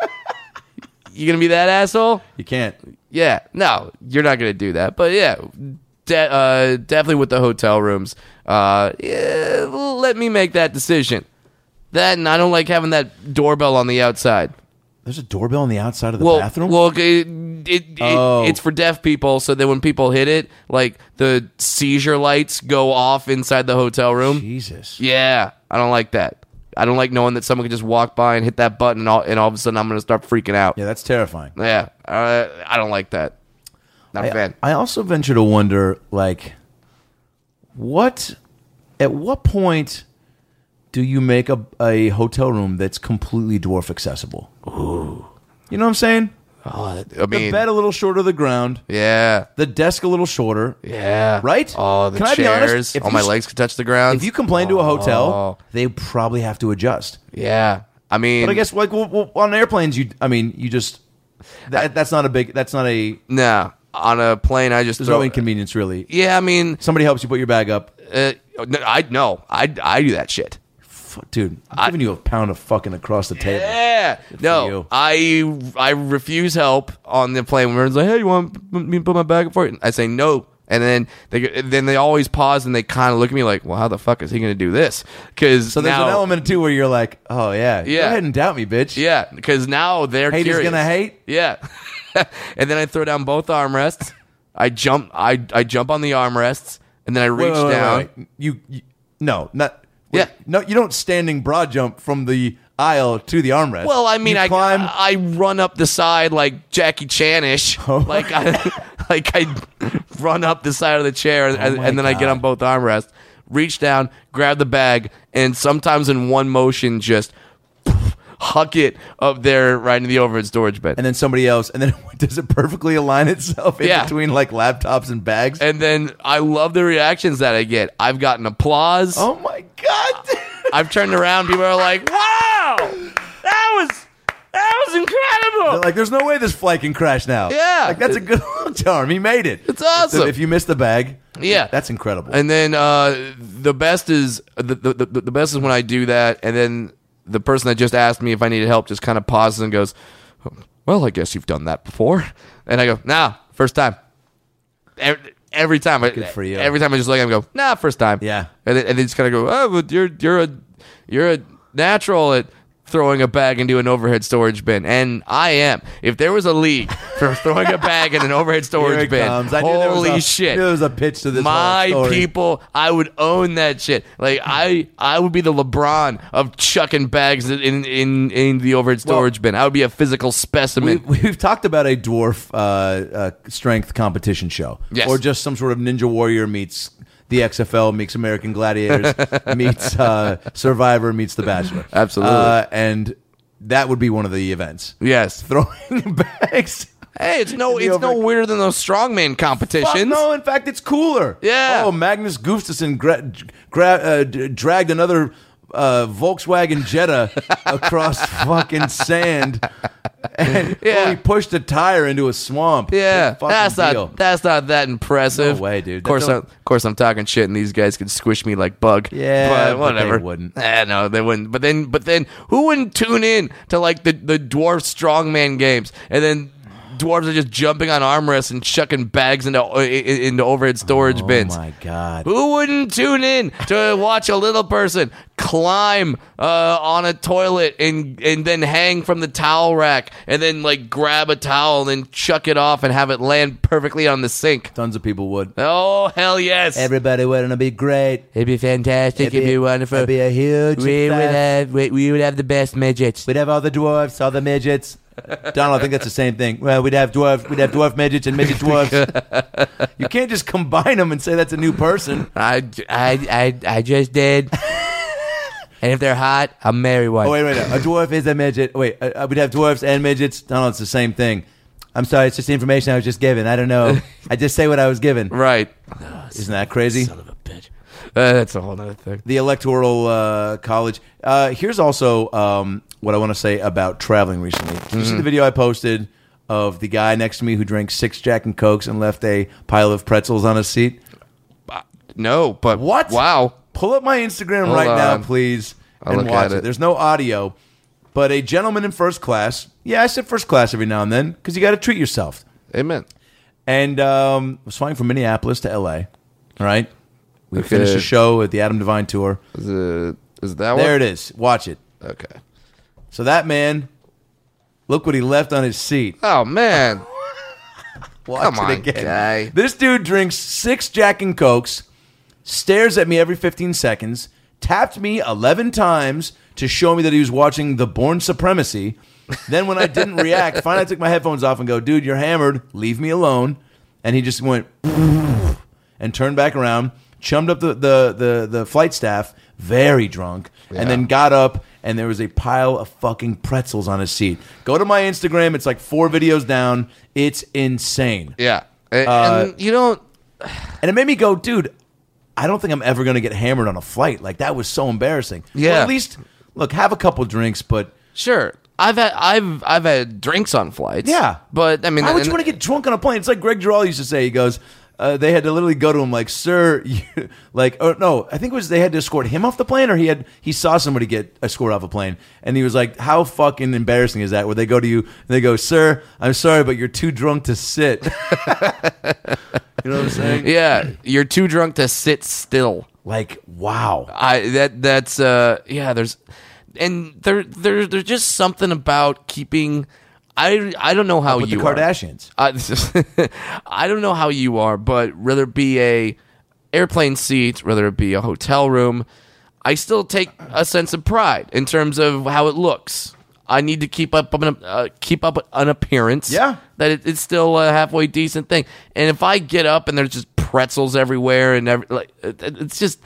C: you gonna be that asshole?
A: You can't.
C: Yeah, no, you're not gonna do that. But yeah, de- uh, definitely with the hotel rooms. Uh, yeah, let me make that decision. That and I don't like having that doorbell on the outside.
A: There's a doorbell on the outside of the
C: well,
A: bathroom.
C: well, it, it, it-
A: Oh.
C: it's for deaf people, so that when people hit it, like the seizure lights go off inside the hotel room.
A: Jesus.
C: Yeah, I don't like that. I don't like knowing that someone could just walk by and hit that button, and all, and all of a sudden I'm going to start freaking out.
A: Yeah, that's terrifying.
C: Yeah, uh, I don't like that. Not a fan.
A: I also venture to wonder, like, what, at what point do you make a, a hotel room that's completely dwarf accessible? Ooh. You know what I'm saying?
C: I
A: The
C: mean,
A: bed a little shorter to the ground,
C: yeah,
A: the desk a little shorter.
C: yeah,
A: Right?
C: Oh, the
A: Can I be honest?
C: chairs.
A: If
C: All
A: you
C: my
A: s-
C: legs could touch the ground.
A: If you complain to a hotel,
C: Oh.
A: they probably have to adjust.
C: yeah, I mean,
A: But I guess like well, well, on airplanes, you I mean you just that, that's not a big that's not a
C: no. On a plane, I just
A: there's
C: throw.
A: no inconvenience really.
C: yeah, I mean,
A: Somebody helps you put your bag up,
C: uh, no, I no, I I do that shit.
A: F- dude. I'm giving you a pound of fucking across the table.
C: Yeah.
A: you.
C: No, I I refuse help on the plane. When everyone's like, "Hey, you want me to put my bag up for you?" I say no, and then they then they always pause and they kind of look at me like, "Well, how the fuck is he going to do this?" Because
A: So there's
C: now,
A: an element too where you're like, oh yeah,
C: Yeah.
A: go ahead and doubt me, bitch.
C: yeah, because now they're
A: Haters
C: curious.
A: gonna hate?
C: Yeah, and then I throw down both armrests. I jump. I I jump on the armrests, and then I
A: Wait,
C: reach
A: wait, wait,
C: down.
A: wait, wait. You, you no not wait,
C: Yeah.
A: no you don't standing broad jump from the aisle to the armrest.
C: Well, I mean,
A: You
C: I uh,
A: climb.
C: I run up the side like Jackie Chanish,
A: Oh.
C: like I like I run up the side of the chair, and,
A: Oh my
C: and then I get
A: God.
C: on both armrests, reach down, grab the bag, and sometimes in one motion just huck it up there right into the overhead storage bin.
A: and then somebody else, and then does it perfectly align itself in
C: Yeah.
A: between like laptops and bags?
C: And then I love the reactions that I get. I've gotten applause.
A: oh my god! dude.
C: I've turned around. People are like, "Wow, that was that was incredible."
A: They're like, there's no way this flight can crash now.
C: Yeah.
A: like that's a good charm. He made it.
C: It's awesome.
A: If you miss the bag,
C: Yeah.
A: that's incredible.
C: And then uh, the best is the, the, the, the best is when I do that, and then the person that just asked me if I needed help just kind of pauses and goes, "Well, I guess you've done that before," and I go, "Nah, first time." Every, every time, I,
A: for you.
C: Every time I just look at him and go, "Nah, first time."
A: Yeah.
C: and then, and they just kind of go, "Oh, but you're you're a you're a natural at." Throwing a bag into an overhead storage bin, and I am. If there was a league for throwing a bag in an overhead storage
A: Here it
C: bin,
A: comes. I knew there was
C: holy
A: a-
C: shit!
A: knew there was a pitch to this whole
C: My
A: story.
C: people, I would own that shit. Like I, I would be the LeBron of chucking bags in in in the overhead storage bin. I would be a physical
A: we,
C: specimen.
A: we've talked about a dwarf uh, uh, strength competition show,
C: Yes.
A: or just some sort of Ninja Warrior meets the XFL meets American Gladiators meets uh, Survivor meets The Bachelor.
C: Absolutely.
A: uh, and that would be one of the events.
C: yes.
A: Throwing bags.
C: hey, it's no,
A: The
C: it's no
A: overhead-
C: weirder than those strongman
A: Fuck,
C: competitions.
A: no, in fact, it's cooler.
C: Yeah.
A: Oh, Magnus Gustafsson gra- gra- uh, d- dragged another uh, Volkswagen Jetta across fucking sand. And
C: Yeah.
A: oh, he pushed a tire into a swamp.
C: Yeah,
A: Big fucking
C: that's not
A: deal.
C: that's not that impressive.
A: No way, dude.
C: Of
A: That
C: course,
A: don't-
C: I'm, of course, I'm talking shit, and these guys could squish me like bug.
A: Yeah,
C: but
A: but they
C: whatever.
A: wouldn't.
C: Eh, no, they wouldn't. But then, but then, who wouldn't tune in to like the the dwarf strongman games, and then dwarves are just jumping on armrests and chucking bags into uh, i- i- into overhead storage bins.
A: Oh my god.
C: Who wouldn't tune in to watch a little person climb uh, on a toilet and and then hang from the towel rack and then like grab a towel and then chuck it off and have it land perfectly on the sink?
A: Tons of people would.
C: Oh hell yes!
A: Everybody would, and it'd be great.
C: it'd be fantastic. It'd, be wonderful.
A: It'd be a huge. success.
C: we, we would have the best midgets.
A: We'd have all the dwarves, all the midgets. Donald, I think that's the same thing. Well, we'd have dwarves, we'd have dwarf midgets and midget dwarves. you can't just combine them and say that's a new person.
C: I, I, I, I just did. and if they're hot, I'll marry one.
A: Oh wait, wait, no. a dwarf is a midget. Wait, uh, uh, we'd have dwarves and midgets. Donald, it's the same thing. I'm sorry, it's just the information I was just given. I don't know. I just say what I was given.
C: Right.
A: Isn't that crazy?
C: Son of a bitch. Uh, that's a whole other thing.
A: the electoral uh, college. Uh, here's also um, what I want to say about traveling recently. Did
C: Mm-hmm.
A: you see the video I posted of the guy next to me who drank six Jack and Cokes and left a pile of pretzels on his seat?
C: No, but
A: What?
C: Wow.
A: Pull up my Instagram
C: Hold
A: right now,
C: on.
A: please,
C: I'll
A: and
C: look
A: watch
C: at
A: it.
C: it.
A: There's no audio, but a gentleman in first class. Yeah, I said first class every now and then because you got to treat yourself.
C: Amen.
A: and um, was flying from Minneapolis to LA. All right, we finished the show at the Adam Devine tour.
C: Is, it, is that
A: There it
C: one?
A: is. Watch it.
C: Okay.
A: So that man Look what he left on his seat.
C: Oh man.
A: Watch
C: Come on,
A: it again.
C: guy.
A: This dude drinks six Jack and Cokes, stares at me every 15 seconds, tapped me 11 times to show me that he was watching The Born Supremacy. Then, when I didn't react, finally I took my headphones off and go, dude, you're hammered. Leave me alone. And he just went and turned back around, chummed up the, the, the, the flight staff, very drunk, and then got up. And there was a pile of fucking pretzels on his seat. Go to my Instagram. It's like four videos down. It's insane.
C: Yeah. And, and you don't
A: And it made me go, dude, I don't think I'm ever going to get hammered on a flight. Like, that was so embarrassing.
C: Yeah.
A: Well, at least, look, have a couple drinks, but
C: sure. I've had I've I've had drinks on flights.
A: Yeah.
C: But I mean
A: why would
C: and-
A: you want to get drunk on a plane? It's like Greg Giraldi used to say. He goes, uh, they had to literally go to him like, sir, you, like, oh no, I think it was they had to escort him off the plane, or he had he saw somebody get escorted off a plane, and he was like, how fucking embarrassing is that? Where they go to you and they go, sir, I'm sorry, but you're too drunk to sit. you know what I'm saying?
C: Yeah. You're too drunk to sit still.
A: Like, wow.
C: I that that's uh yeah there's and there there there's just something about keeping I I don't know how
A: With
C: you
A: the
C: are.
A: Kardashians.
C: I, this is- I don't know how you are, but whether it be a airplane seat, whether it be a hotel room, I still take a sense of pride in terms of how it looks. I need to keep up an, uh, keep up an appearance.
A: Yeah.
C: that it, it's still a halfway decent thing. And if I get up and there's just pretzels everywhere and every, like it- it- it's just.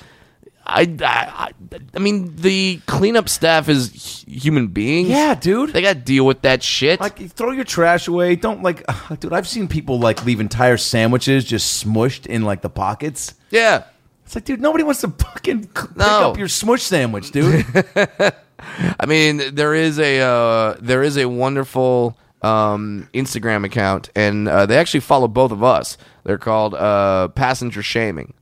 C: I, I, I- I mean, the cleanup staff is hu- human beings.
A: Yeah, dude.
C: They got to deal with that shit.
A: Like, throw your trash away. Don't like, dude. I've seen people like leave entire sandwiches just smushed in like the pockets.
C: yeah.
A: It's like, dude, nobody wants to fucking c- pick
C: No.
A: up your smush sandwich, dude.
C: I mean, there is a uh, there is a wonderful um, Instagram account, and uh, they actually follow both of us. They're called uh, Passenger Shaming,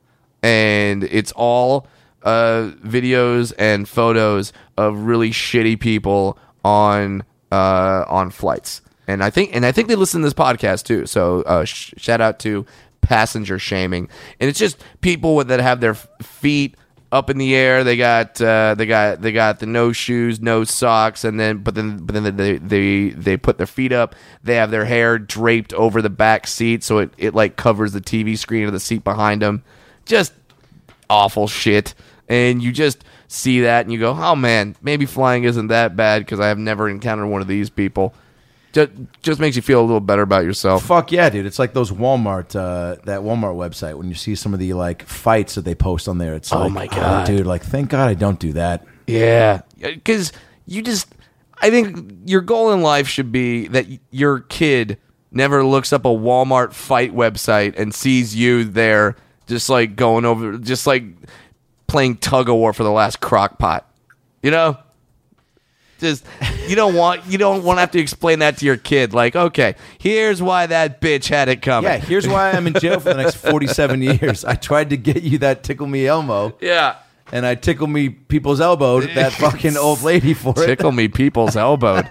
C: and it's all uh, videos and photos of really shitty people on uh, on flights. And I think and I think they listen to this podcast too. So uh, sh- shout out to Passenger Shaming, and it's just people with, that have their f- feet up in the air. They got uh, they got they got the no shoes, no socks, and then but then but then they they they put their feet up. They have their hair draped over the back seat, so it it like covers the TV screen or the seat behind them. Just awful shit, and you just see that and you go, oh man, maybe flying isn't that bad because I have never encountered one of these people. Just just makes you feel a little better about yourself.
A: Fuck yeah, dude. It's like those Walmart, uh, that Walmart website when you see some of the like fights that they post on there. It's like,
C: my God.
A: dude. Like, thank Oh God I don't do that.
C: Yeah, because Uh, you just, I think your goal in life should be that y- your kid never looks up a Walmart fight website and sees you there, just like going over, just like playing tug of war for the last crock pot. You know, just you don't want you don't want to have to explain that to your kid. Like, okay, here's why that bitch had it coming.
A: Yeah, here's why I'm in jail for the next 47 years. I tried to get you that tickle me Elmo,
C: yeah.
A: and I tickle me people's elbow that fucking old lady for it.
C: Tickle me people's elbowed.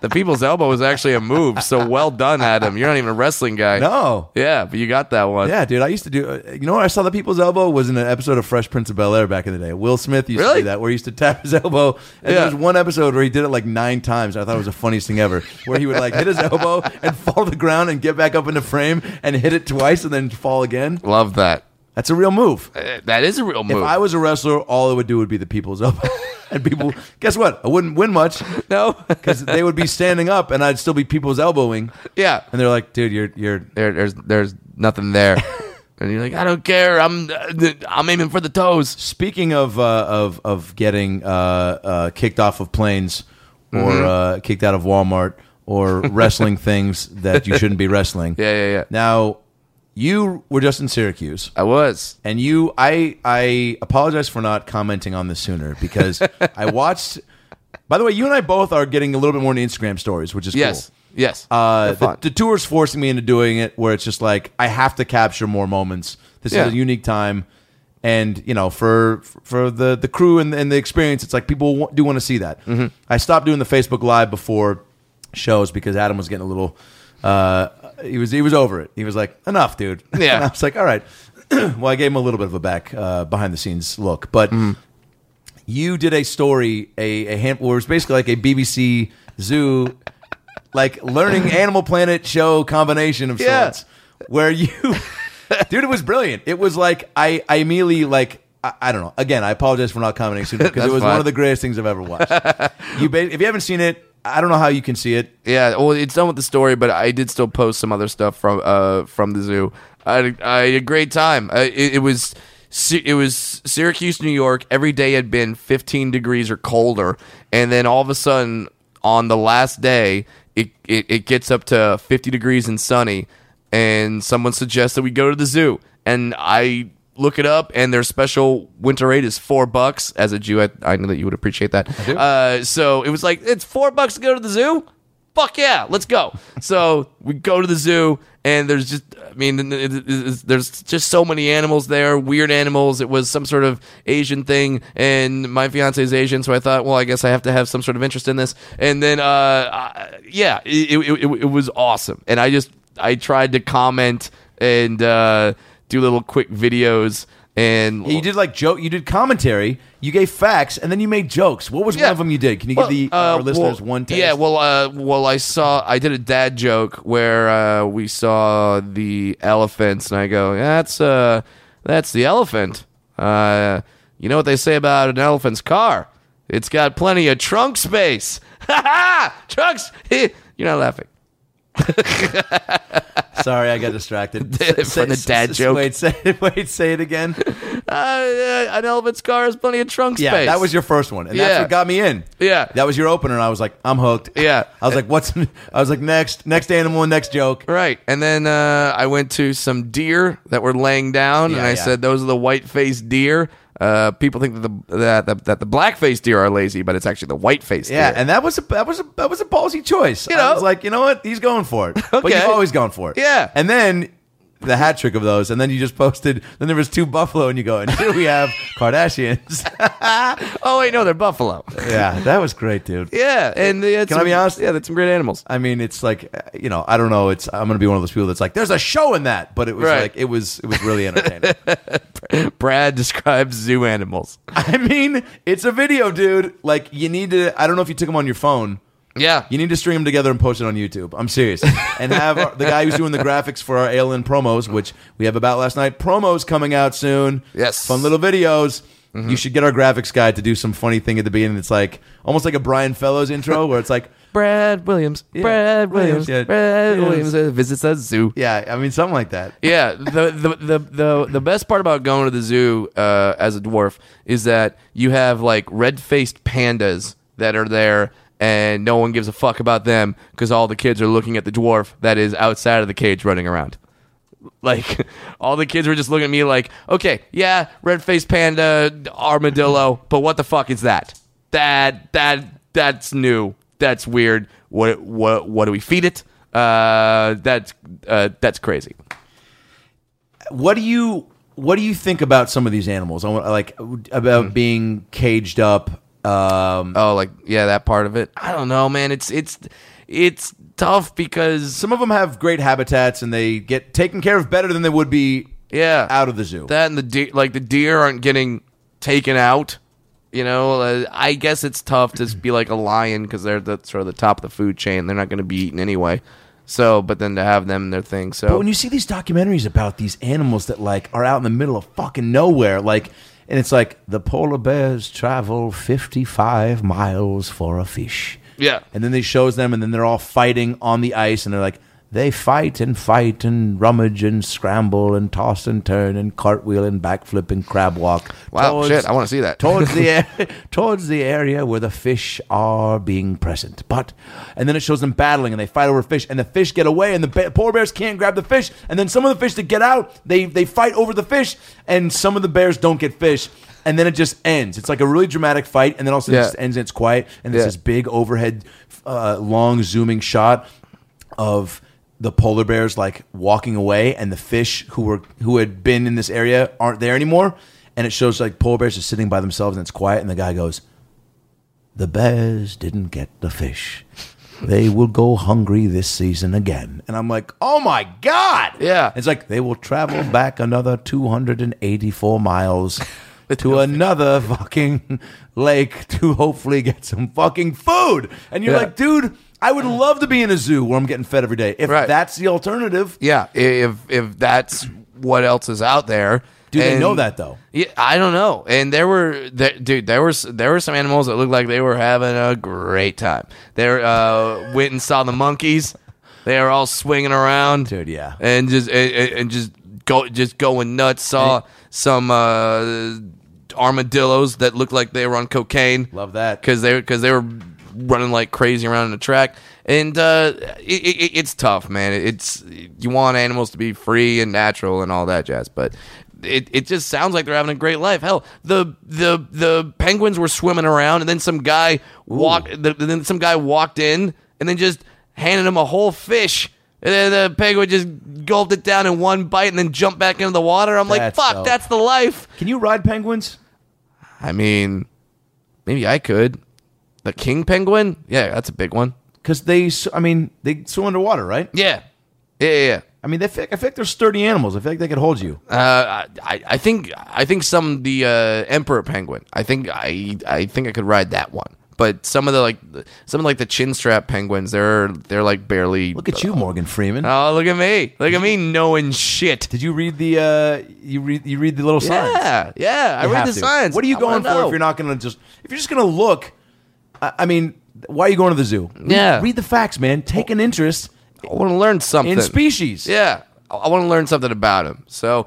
C: the people's elbow is actually a move, so well done, Adam. You're not even a wrestling guy.
A: No.
C: Yeah, but you got that one.
A: Yeah, dude. I used to do. uh, You know where I saw the people's elbow was in an episode of Fresh Prince of Bel Air back in the day. Will Smith used to
C: Really?
A: do that, where he used to tap his elbow. And there
C: Yeah.
A: was one episode where he did it like nine times. I thought it was the funniest thing ever, where he would like hit his elbow and fall to the ground and get back up into frame and hit it twice and then fall again.
C: Love that.
A: That's a real move.
C: Uh, That is a real
A: If
C: move.
A: I was a wrestler, all I would do would be the people's elbow. And people, guess what? I wouldn't win much
C: no.
A: because they would be standing up and I'd still be people's elbowing.
C: yeah.
A: And they're like, dude, you're you're
C: There, there's there's nothing there. and you're like, I don't care. I'm uh, I'm aiming for the toes.
A: Speaking of uh, of of getting uh, uh, kicked off of planes or
C: Mm-hmm.
A: uh, kicked out of Walmart or wrestling things that you shouldn't be wrestling.
C: Yeah, yeah, yeah.
A: Now, you were just in Syracuse,
C: I was.
A: and you, I, I apologize for not commenting on this sooner because I watched. By the way, you and I both are getting a little bit more into Instagram stories, which is
C: Yes.
A: cool.
C: Yes.
A: Uh,
C: They're
A: the,
C: fun.
A: the tour's forcing me into doing it where it's just like I have to capture more moments. This
C: Yeah.
A: is a unique time, and you know, for for the the crew and, and the experience, it's like people wa- do want to see that.
C: Mm-hmm.
A: I stopped doing the Facebook Live before shows because Adam was getting a little. Uh, he was he was over it. He was like, "Enough, dude."
C: Yeah.
A: and I was like, "All right." well, I gave him a little bit of a back uh, behind the scenes look, but
C: Mm-hmm.
A: you did a story, a, a hand, where it was basically like a BBC Zoo like learning Animal Planet show combination of
C: Yeah.
A: sorts, where you, dude, it was brilliant. It was like I, I immediately like. I, I don't know. Again, I apologize for not commenting sooner because
C: That's
A: it was
C: fine.
A: one of the greatest things I've ever watched. you, ba- if you haven't seen it, I don't know how you can see it.
C: Yeah, well, it's done with the story, but I did still post some other stuff from uh from the zoo. I had a- I had a great time. I, it, it was Sy- it was Syracuse, New York. Every day had been 15 degrees or colder, and then all of a sudden on the last day, it it, it gets up to 50 degrees and sunny, and someone suggested we go to the zoo, and I look it up and their special winter rate is four bucks as a jew i, I know that you would appreciate that Uh, so it was like it's four bucks to go to the zoo fuck yeah, let's go. So we go to the zoo, and there's just, I mean, it- it- it- there's just so many animals there, weird animals. It was some sort of Asian thing, and my fiance is Asian, so I thought, well, I guess I have to have some sort of interest in this. And then, uh, I, yeah, it, it, it, it was awesome. And I just, I tried to comment and uh, do little quick videos. And
A: You did like joke. You did commentary. You gave facts, and then you made jokes. What was
C: Yeah.
A: one of them you did? Can you
C: Well,
A: give the uh,
C: uh,
A: our listeners
C: well,
A: one? Taste?
C: Yeah, well, uh, well, I saw I did a dad joke where uh, we saw the elephants, and I go, "That's uh, that's the elephant." Uh, you know what they say about an elephant's car? It's got plenty of trunk space. Ha ha! Trunks. You're not laughing.
A: Sorry, I got distracted
C: From
A: Say-
C: the dad
A: s-
C: joke.
A: Wait, say wait, say it again.
C: Uh, uh, an elephant's car has plenty of trunk
A: Yeah,
C: space.
A: that was your first one, and
C: Yeah.
A: that's what got me in.
C: Yeah.
A: that was your opener, and I was like, I'm hooked.
C: Yeah.
A: I was like, what's? I was like, next, next animal, next joke.
C: Right. And then uh, I went to some deer that were laying down, and
A: Yeah,
C: I
A: yeah.
C: said, "Those are the white-faced deer." Uh, people think that the that the, that the black-faced deer are lazy, but it's actually the white-faced
A: Yeah,
C: deer.
A: and that was a that was a that was a ballsy choice.
C: You
A: I
C: know.
A: was like, you know what? He's going for it. But
C: Okay.
A: you've always gone for it.
C: Yeah.
A: And then the hat trick of those, and then you just posted. Then there was two buffalo, and you go, and here we have Kardashians.
C: oh wait, no, they're buffalo.
A: yeah, that was great, dude.
C: yeah, and they had
A: Can I
C: some-
A: be honest?
C: Yeah, that's some great animals.
A: I mean, it's like uh, you know, I don't know. It's I'm gonna be one of those people that's like, there's a show in that, but it was
C: Right.
A: like it was it was really entertaining.
C: Brad describes zoo animals.
A: I mean, it's a video, dude. Like you need to. I don't know if you took them on your phone.
C: Yeah,
A: You need to stream them together and post it on YouTube. I'm serious. And have our, the guy who's doing the graphics for our ALN promos, which we have about last night, promos coming out soon.
C: Yes.
A: Fun little videos. You should get our graphics guy to do some funny thing at the beginning. It's like almost like a Brian Fellows intro where it's like,
C: Brad Williams. Brad Williams.
A: Williams, yeah.
C: Brad
A: Williams.
C: Williams uh, visits a zoo.
A: yeah, I mean, something like that.
C: yeah the, the the the the best part about going to the zoo uh, as a dwarf is that you have like red faced pandas that are there and no one gives a fuck about them because all the kids are looking at the dwarf that is outside of the cage running around like all the kids were just looking at me like okay yeah red faced panda armadillo but what the fuck is that that that that's new that's weird what what what do we feed it uh that's uh that's crazy
A: what do you what do you think about some of these animals? I want like about being caged up. Um,
C: Oh, like yeah, that part of it. I don't know, man. It's it's it's tough because
A: some of them have great habitats and they get taken care of better than they would be
C: yeah,
A: out of the zoo.
C: that and the deer, like the deer aren't getting taken out. You know, uh, I guess it's tough to be like a lion because they're the sort of the top of the food chain. They're not going to be eaten anyway. So, but then to have them in their thing.
A: but
C: So
A: when you see these documentaries about these animals that like are out in the middle of fucking nowhere, like, and it's like the polar bears travel fifty five miles for a fish.
C: yeah,
A: And then they shows them, and then they're all fighting on the ice, and they're like, they fight and fight and rummage and scramble and toss and turn and cartwheel and backflip and crab walk.
C: wow, shit, I want to see that.
A: towards the a- towards the area where the fish are being present. But and then it shows them battling and they fight over fish and the fish get away and the ba- polar bears can't grab the fish and then some of the fish that get out they they fight over the fish and some of the bears don't get fish. And then it just ends. It's like a really dramatic fight, and then also it
C: Yeah.
A: just ends. And it's quiet, and it's
C: Yeah.
A: this big overhead, uh, long zooming shot of the polar bears like walking away and the fish who were who had been in this area aren't there anymore and it shows like polar bears just sitting by themselves and it's quiet and the guy goes the bears didn't get the fish they will go hungry this season again and i'm like oh my god
C: Yeah.
A: it's like they will travel back another 284 miles to another fucking lake to hopefully get some fucking food and you're
C: Yeah.
A: like dude I would love to be in a zoo where I'm getting fed every day. If
C: Mm. Right.
A: that's the alternative,
C: Yeah, i- if if that's what else is out there.
A: do they
C: And-
A: know that though?
C: Yeah, I don't know. And there were, there, dude, there was there were some animals that looked like they were having a great time. They uh, went and saw the monkeys. They were all swinging around,
A: Dude, yeah.
C: and just and, and- and just go just going nuts. Saw some uh, armadillos that looked like they were on cocaine.
A: Love that.
C: because they because they were running like crazy around in the track. And uh, it, it, it's tough, man. It's you want animals to be free and natural and all that jazz, but it, it just sounds like they're having a great life. Hell, the the the penguins were swimming around, and then some guy walked. The, then some guy walked in, and then just handed him a whole fish. And then the penguin just gulped it down in one bite, and then jumped back into the water. I'm like,
A: That's
C: fuck,
A: dope.
C: that's the life.
A: Can you ride penguins?
C: I mean, maybe I could. The king penguin? Yeah, that's a big one.
A: Because they, s- I mean, they swim underwater, right?
C: Yeah. Yeah, yeah,
A: I mean, they feel, I feel like they're sturdy animals. I feel like they could hold you.
C: yeah. Uh, I, I think I think some the uh, emperor penguin. I think I I think I could ride that one. But some of the like some of like the chin strap penguins, they're they're like barely.
A: Look at you, Morgan Freeman.
C: Oh, look at me! Look at me knowing shit.
A: Did you read the uh, you read you read the little signs?
C: Yeah, yeah. I
A: You
C: read
A: have
C: the
A: to.
C: signs.
A: What are you
C: I
A: going
C: wanna
A: for
C: know.
A: if you're not going to just if you're just going to look? I, I mean, why are you going to the zoo? Read-
C: Yeah.
A: read the facts, man. Take an interest
C: I want to learn something
A: in species.
C: Yeah, I, want to learn something about him. So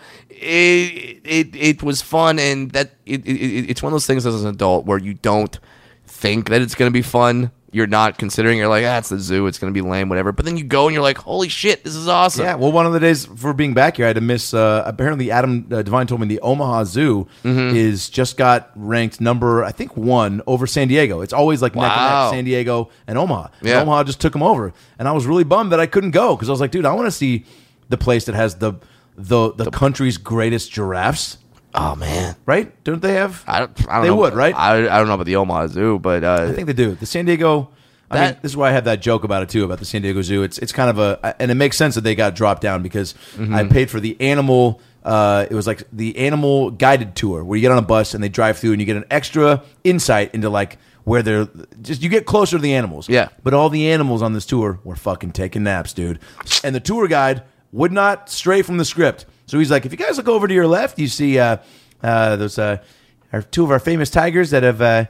C: it it it was fun, and that it, it, it- it's one of those things as an adult where you don't think that it's going to be fun. You're not considering. You're like, ah, it's the zoo. It's going to be lame, whatever. But then you go and you're like, holy shit, this is awesome.
A: Yeah, well, one of the days for being back here, I had to miss. Uh, apparently, Adam uh, Devine told me the Omaha Zoo
C: Mm-hmm.
A: is just got ranked number, I think one over San Diego. It's always like neck and
C: Wow.
A: neck, San Diego and Omaha. And
C: Yeah.
A: Omaha just took them over, and I was really bummed that I couldn't go because I was like, dude, I want to see the place that has the the the country's greatest giraffes.
C: Oh man,
A: Right? Don't they have?
C: I don't. I don't
A: They
C: know.
A: would, right?
C: I, I don't know about the Omaha Zoo, but uh,
A: I think they do. The San Diego. I mean,
C: That-
A: this is why I have that joke about it too about the San Diego Zoo. It's it's kind of a and it makes sense that they got dropped down because I paid for the animal. Uh, it was like the animal guided tour where you get on a bus and they drive through and you get an extra insight into like where they're just you get closer to the animals.
C: Yeah.
A: But all the animals on this tour were fucking taking naps, dude. And the tour guide would not stray from the script. So he's like, if you guys look over to your left, you see uh, uh, those uh, our, two of our famous tigers that have. Uh,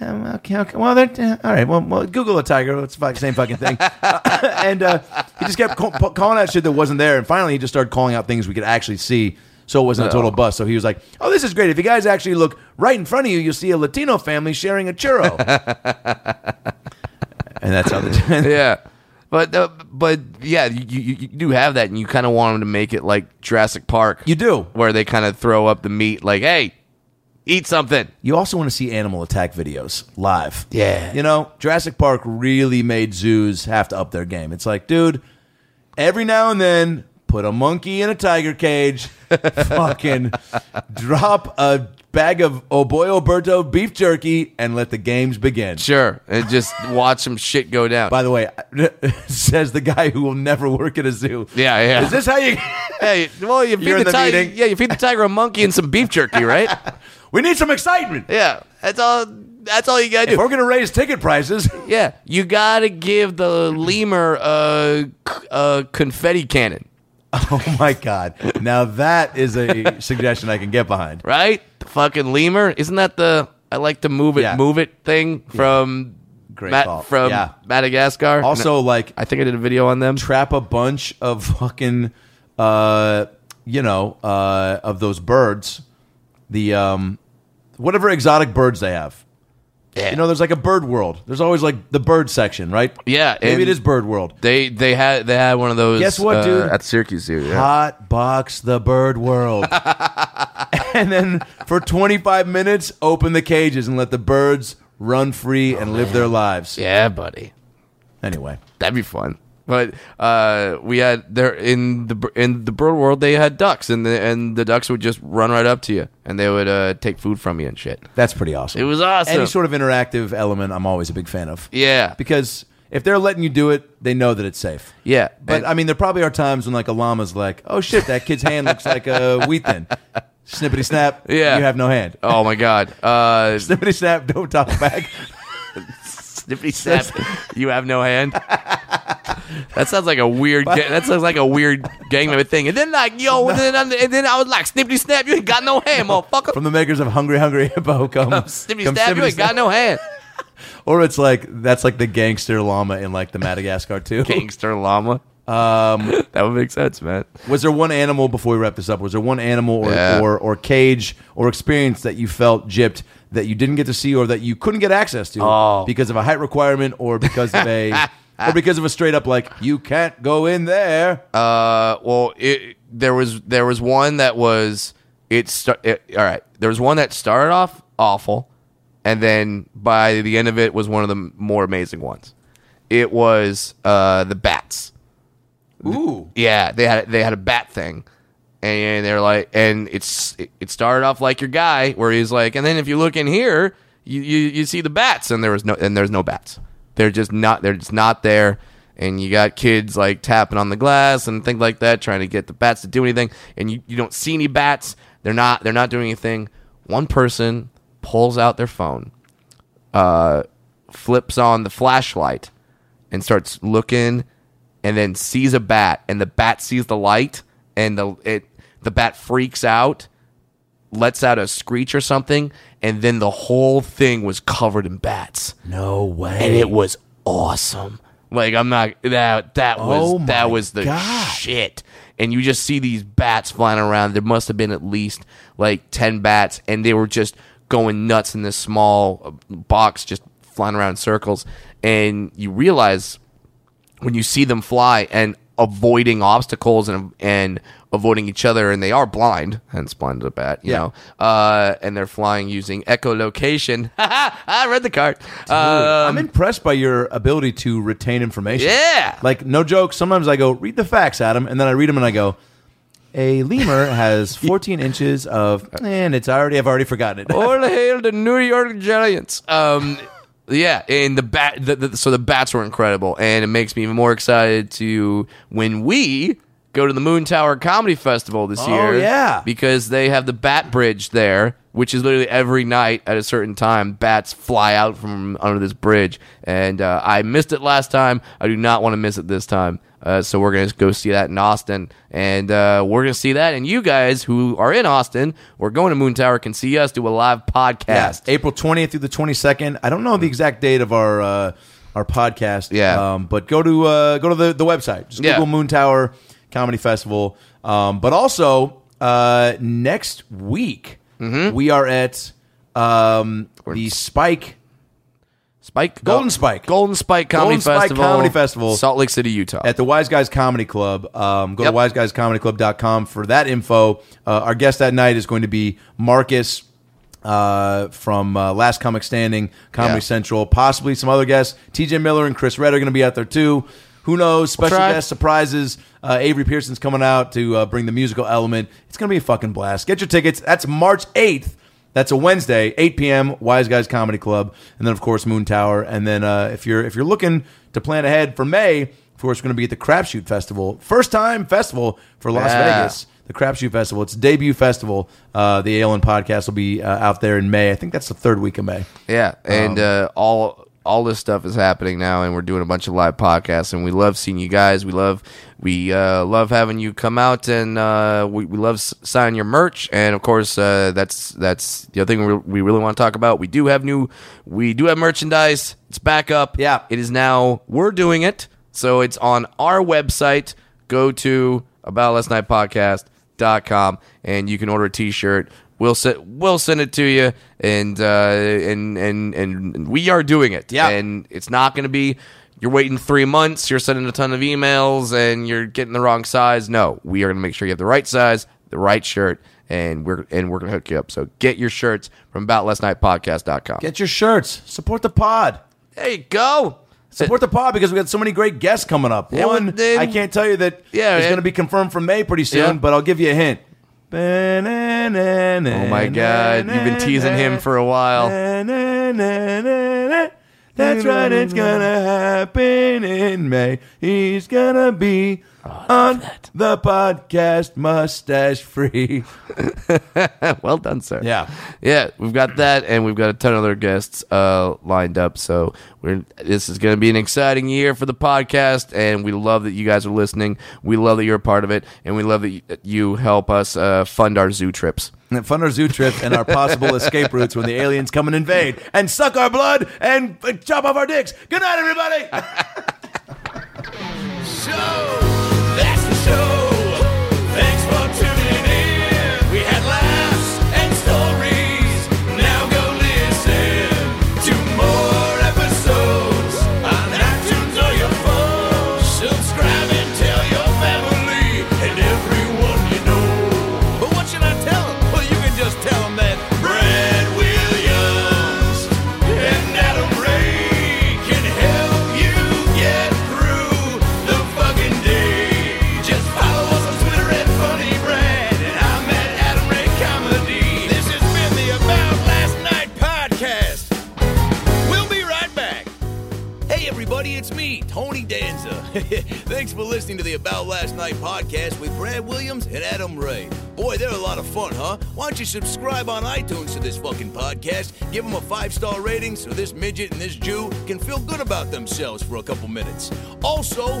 A: um, okay, okay. Well, they're, uh, all right. Well, well, Google a tiger. It's the same fucking thing. and uh, he just kept call, pu- calling out shit that wasn't there. And finally, he just started calling out things we could actually see. So it wasn't a total bust. So he was like, "Oh, this is great. If you guys actually look right in front of you, you'll see a Latino family sharing a churro." and that's how the
C: yeah. But uh, but yeah, you, you, you do have that, and you kind of want them to make it like Jurassic Park.
A: You do.
C: where they kind of throw up the meat, like, "Hey, eat something."
A: You also want to see animal attack videos live.
C: Yeah.
A: You know, Jurassic Park really made zoos have to up their game. It's like, dude, every now and then put a monkey in a tiger cage, fucking drop a bag of Oh Boy Oberto beef jerky, and let the games begin.
C: Sure, and just watch some shit go down.
A: By the way, says the guy who will never work at a zoo.
C: yeah, yeah.
A: Is this how you.
C: hey, well, you feed
A: You're in
C: the,
A: the
C: tiger.
A: meeting.
C: Yeah, you feed the tiger a monkey and some beef jerky, right?
A: we need some excitement.
C: yeah, that's all. That's all you gotta do.
A: If we're going to raise ticket prices.
C: yeah, you gotta give the lemur a, a confetti cannon,
A: Oh my God. Now that is a suggestion I can get behind.
C: right? The fucking lemur, isn't that the I like to move it,
A: Yeah.
C: move it thing from
A: Great
C: Ma-
A: thought.
C: from
A: Yeah.
C: Madagascar?
A: Also, like
C: I think I did a video on them.
A: trap a bunch of fucking, uh, you know, uh, of those birds, the um, whatever exotic birds they have.
C: Yeah.
A: You know, there's like a bird world. There's always like the bird section, right?
C: Yeah,
A: maybe it
C: and-
A: is bird world.
C: They they had they had one of those.
A: Guess what,
C: uh,
A: dude?
C: At Syracuse Zoo. Yeah.
A: Hot box the bird world, and then for 25 minutes, open the cages and let the birds run free and live their lives.
C: yeah, buddy,
A: Anyway,
C: that'd be fun. But uh, we had there in the bir- in the bird world they had ducks and the and the ducks would just run right up to you and they would uh, take food from you and shit.
A: that's pretty awesome.
C: It was awesome.
A: Any sort of interactive element, I'm always a big fan of.
C: yeah,
A: because if they're letting you do it, they know that it's safe.
C: yeah.
A: But
C: And-
A: I mean, there probably are times when like a llama's like, "Oh shit, that kid's hand looks like a wheat thin." Snippity snap.
C: Yeah.
A: you have no hand.
C: oh my god, uh,
A: Snippity snap. Don't talk back.
C: Sniffy snap. you have no hand. That sounds like a weird. Ga- that sounds like a weird gang member thing. And then like, yo, and, then, I'm- and then I was like, snippy snap, you ain't got no hand, motherfucker.
A: From the makers of Hungry Hungry Hippo, come, come
C: Snippy snap, you ain't got no hand.
A: Or it's like that's like the gangster llama in like the Madagascar too.
C: Gangster llama. Um, that would make sense, man.
A: Was there one animal before we wrap this up? Was there one animal or,
C: Yeah.
A: or or cage or experience that you felt gypped that you didn't get to see or that you couldn't get access to
C: Oh.
A: because of a height requirement or because of a or because of a straight up like you can't go in there?
C: Uh, well, it, there was there was one that was it, sta- it. All right, there was one that started off awful, and then by the end of it was one of the m- more amazing ones. It was uh, the bats.
A: Ooh,
C: Yeah, they had they had a bat thing, and they're like, and it's it, it started off like your guy where he's like, and then if you look in here, you, you you see the bats, and there was no and there's no bats. They're just not they're just not there. And you got kids like tapping on the glass and things like that, trying to get the bats to do anything. And you, you don't see any bats. They're not they're not doing anything. One person pulls out their phone, uh, flips on the flashlight, and starts looking and then sees a bat and the bat sees the light and the it the bat freaks out lets out a screech or something and then the whole thing was covered in bats
A: no way!
C: and it was awesome like i'm not that that was
A: Oh my
C: that was the
A: God.
C: shit and you just see these bats flying around there must have been at least like 10 bats and they were just going nuts in this small uh, box just flying around in circles and you realize when you see them fly and avoiding obstacles and and avoiding each other and they are blind hence blind as a bat you
A: Yeah.
C: know uh, and they're flying using echolocation i read the card um,
A: I'm impressed by your ability to retain information.
C: Yeah.
A: Like, no joke. Sometimes I go, read the facts, Adam. And then I read them and I go, a lemur has 14 inches of, and it's already, I've already forgotten it.
C: all hail the new york giants um, yeah and the bat the, the, so the bats were incredible and it makes me even more excited to when we go to the moon tower comedy festival this
A: Oh,
C: year
A: yeah.
C: because they have the bat bridge there, which is literally every night at a certain time, bats fly out from under this bridge. And uh, I missed it last time. I do not want to miss it this time. Uh, so we're gonna go see that in Austin, and uh, we're gonna see that. And you guys who are in Austin, we're going to Moon Tower, can see us do a live
A: Yeah.
C: podcast.
A: April 20th through the 22nd. I don't know the exact date of our, uh, our podcast.
C: Yeah.
A: Um, but go to, uh, go to the, the website. Just
C: Yeah.
A: Google Moon Tower Comedy Festival. Um, but also, uh, next week,
C: Mm-hmm.
A: we are at, um, the Spike
C: Spike Oh.
A: Golden Spike.
C: Golden Spike Comedy
A: Golden Spike
C: Festival,
A: Comedy Festival.
C: Salt Lake City, Utah.
A: at the Wise Guys Comedy Club. Um, go
C: Yep.
A: to wiseguyscomedyclub.com for that info. Uh, our guest that night is going to be Marcus uh, from uh, Last Comic Standing, Comedy
C: Yeah.
A: Central, possibly some other guests. TJ Miller and Chris Red are going to be out there too. Who knows? Special
C: try.
A: guest surprises. Uh, Avery Pearson's coming out to uh, bring the musical element. It's going to be a fucking blast. Get your tickets. That's March 8th. That's a Wednesday, 8 p.m. Wise Guys Comedy Club, and then of course Moon Tower. And then uh, if you're if you're looking to plan ahead for May, of course we're going to be at the Crapshoot Festival, first time festival for Las
C: Yeah.
A: Vegas. The Crapshoot Festival, it's debut festival. Uh, the ALN podcast will be uh, out there in May. I think that's the third week of May.
C: Yeah, and uh, all all this stuff is happening now, and we're doing a bunch of live podcasts, and we love seeing you guys. We love we uh, love having you come out, and uh, we, we love s- signing your merch, and of course uh, that's that's the other thing we, we really want to talk about. We do have new, we do have merchandise. It's back up.
A: Yeah.
C: it is now. We're doing it, so it's on our website. Go to about last night podcast com and you can order a t-shirt we'll send we'll send it to you and uh and and and we are doing it
A: Yeah.
C: and it's not going to be you're waiting three months you're sending a ton of emails and you're getting the wrong size no we are going to make sure you have the right size the right shirt and we're and we're going to hook you up so get your shirts from about last night podcast.com
A: Get your shirts, support the pod.
C: there you go
A: Support the pod because we got so many great guests coming up.
C: Yeah,
A: One,
C: well, then-
A: I can't tell you that
C: Yeah,
A: it's
C: it-
A: going to be confirmed for May pretty soon,
C: Yeah.
A: but I'll give you a hint.
C: oh
A: Oh
C: my god you've been teasing him for a while
A: That's right, it's gonna happen in May. He's gonna be on the podcast, mustache free.
C: well done sir
A: Yeah.
C: yeah, we've got that, and we've got a ton of other guests uh, lined up. So we're this is going to be an exciting year for the podcast, and we love that you guys are listening. We love that you're a part of it, and we love that y- that you help us uh, fund our zoo trips.
A: And fund our zoo trip and our possible escape routes when the aliens come and invade and suck our blood and uh, chop off our dicks. Good night, everybody.
E: show. That's the show. Thanks for tuning in. We had laughs and stories. Now go listen to more episodes on iTunes or your phone. Subscribe and tell your family and everyone you know. But what should I tell them? Well, you can just tell them that Brad Williams and Adam Ray can help you get through the fucking day. Just follow us on Twitter at Funny Brad, and I'm at Adam Ray Comedy. This has been the About Last Night podcast. We'll be right back. Hey, everybody, it's me, Tony Danza. Thanks for listening to the About Last Night podcast with Brad Williams and Adam Ray. Boy, they're a lot of fun, huh? Why don't you subscribe on iTunes to this fucking podcast? Give them a five star rating so this midget and this Jew can feel good about themselves for a couple minutes. Also,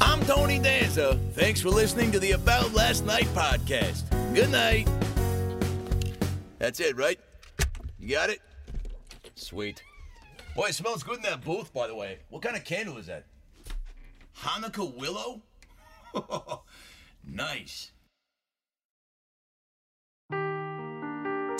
E: I'm Tony Danza. Thanks for listening to the About Last Night podcast. Good night. That's it, right? You got it? Sweet. Boy, it smells good in that booth, by the way. What kind of candle is that? Hanukkah willow? nice.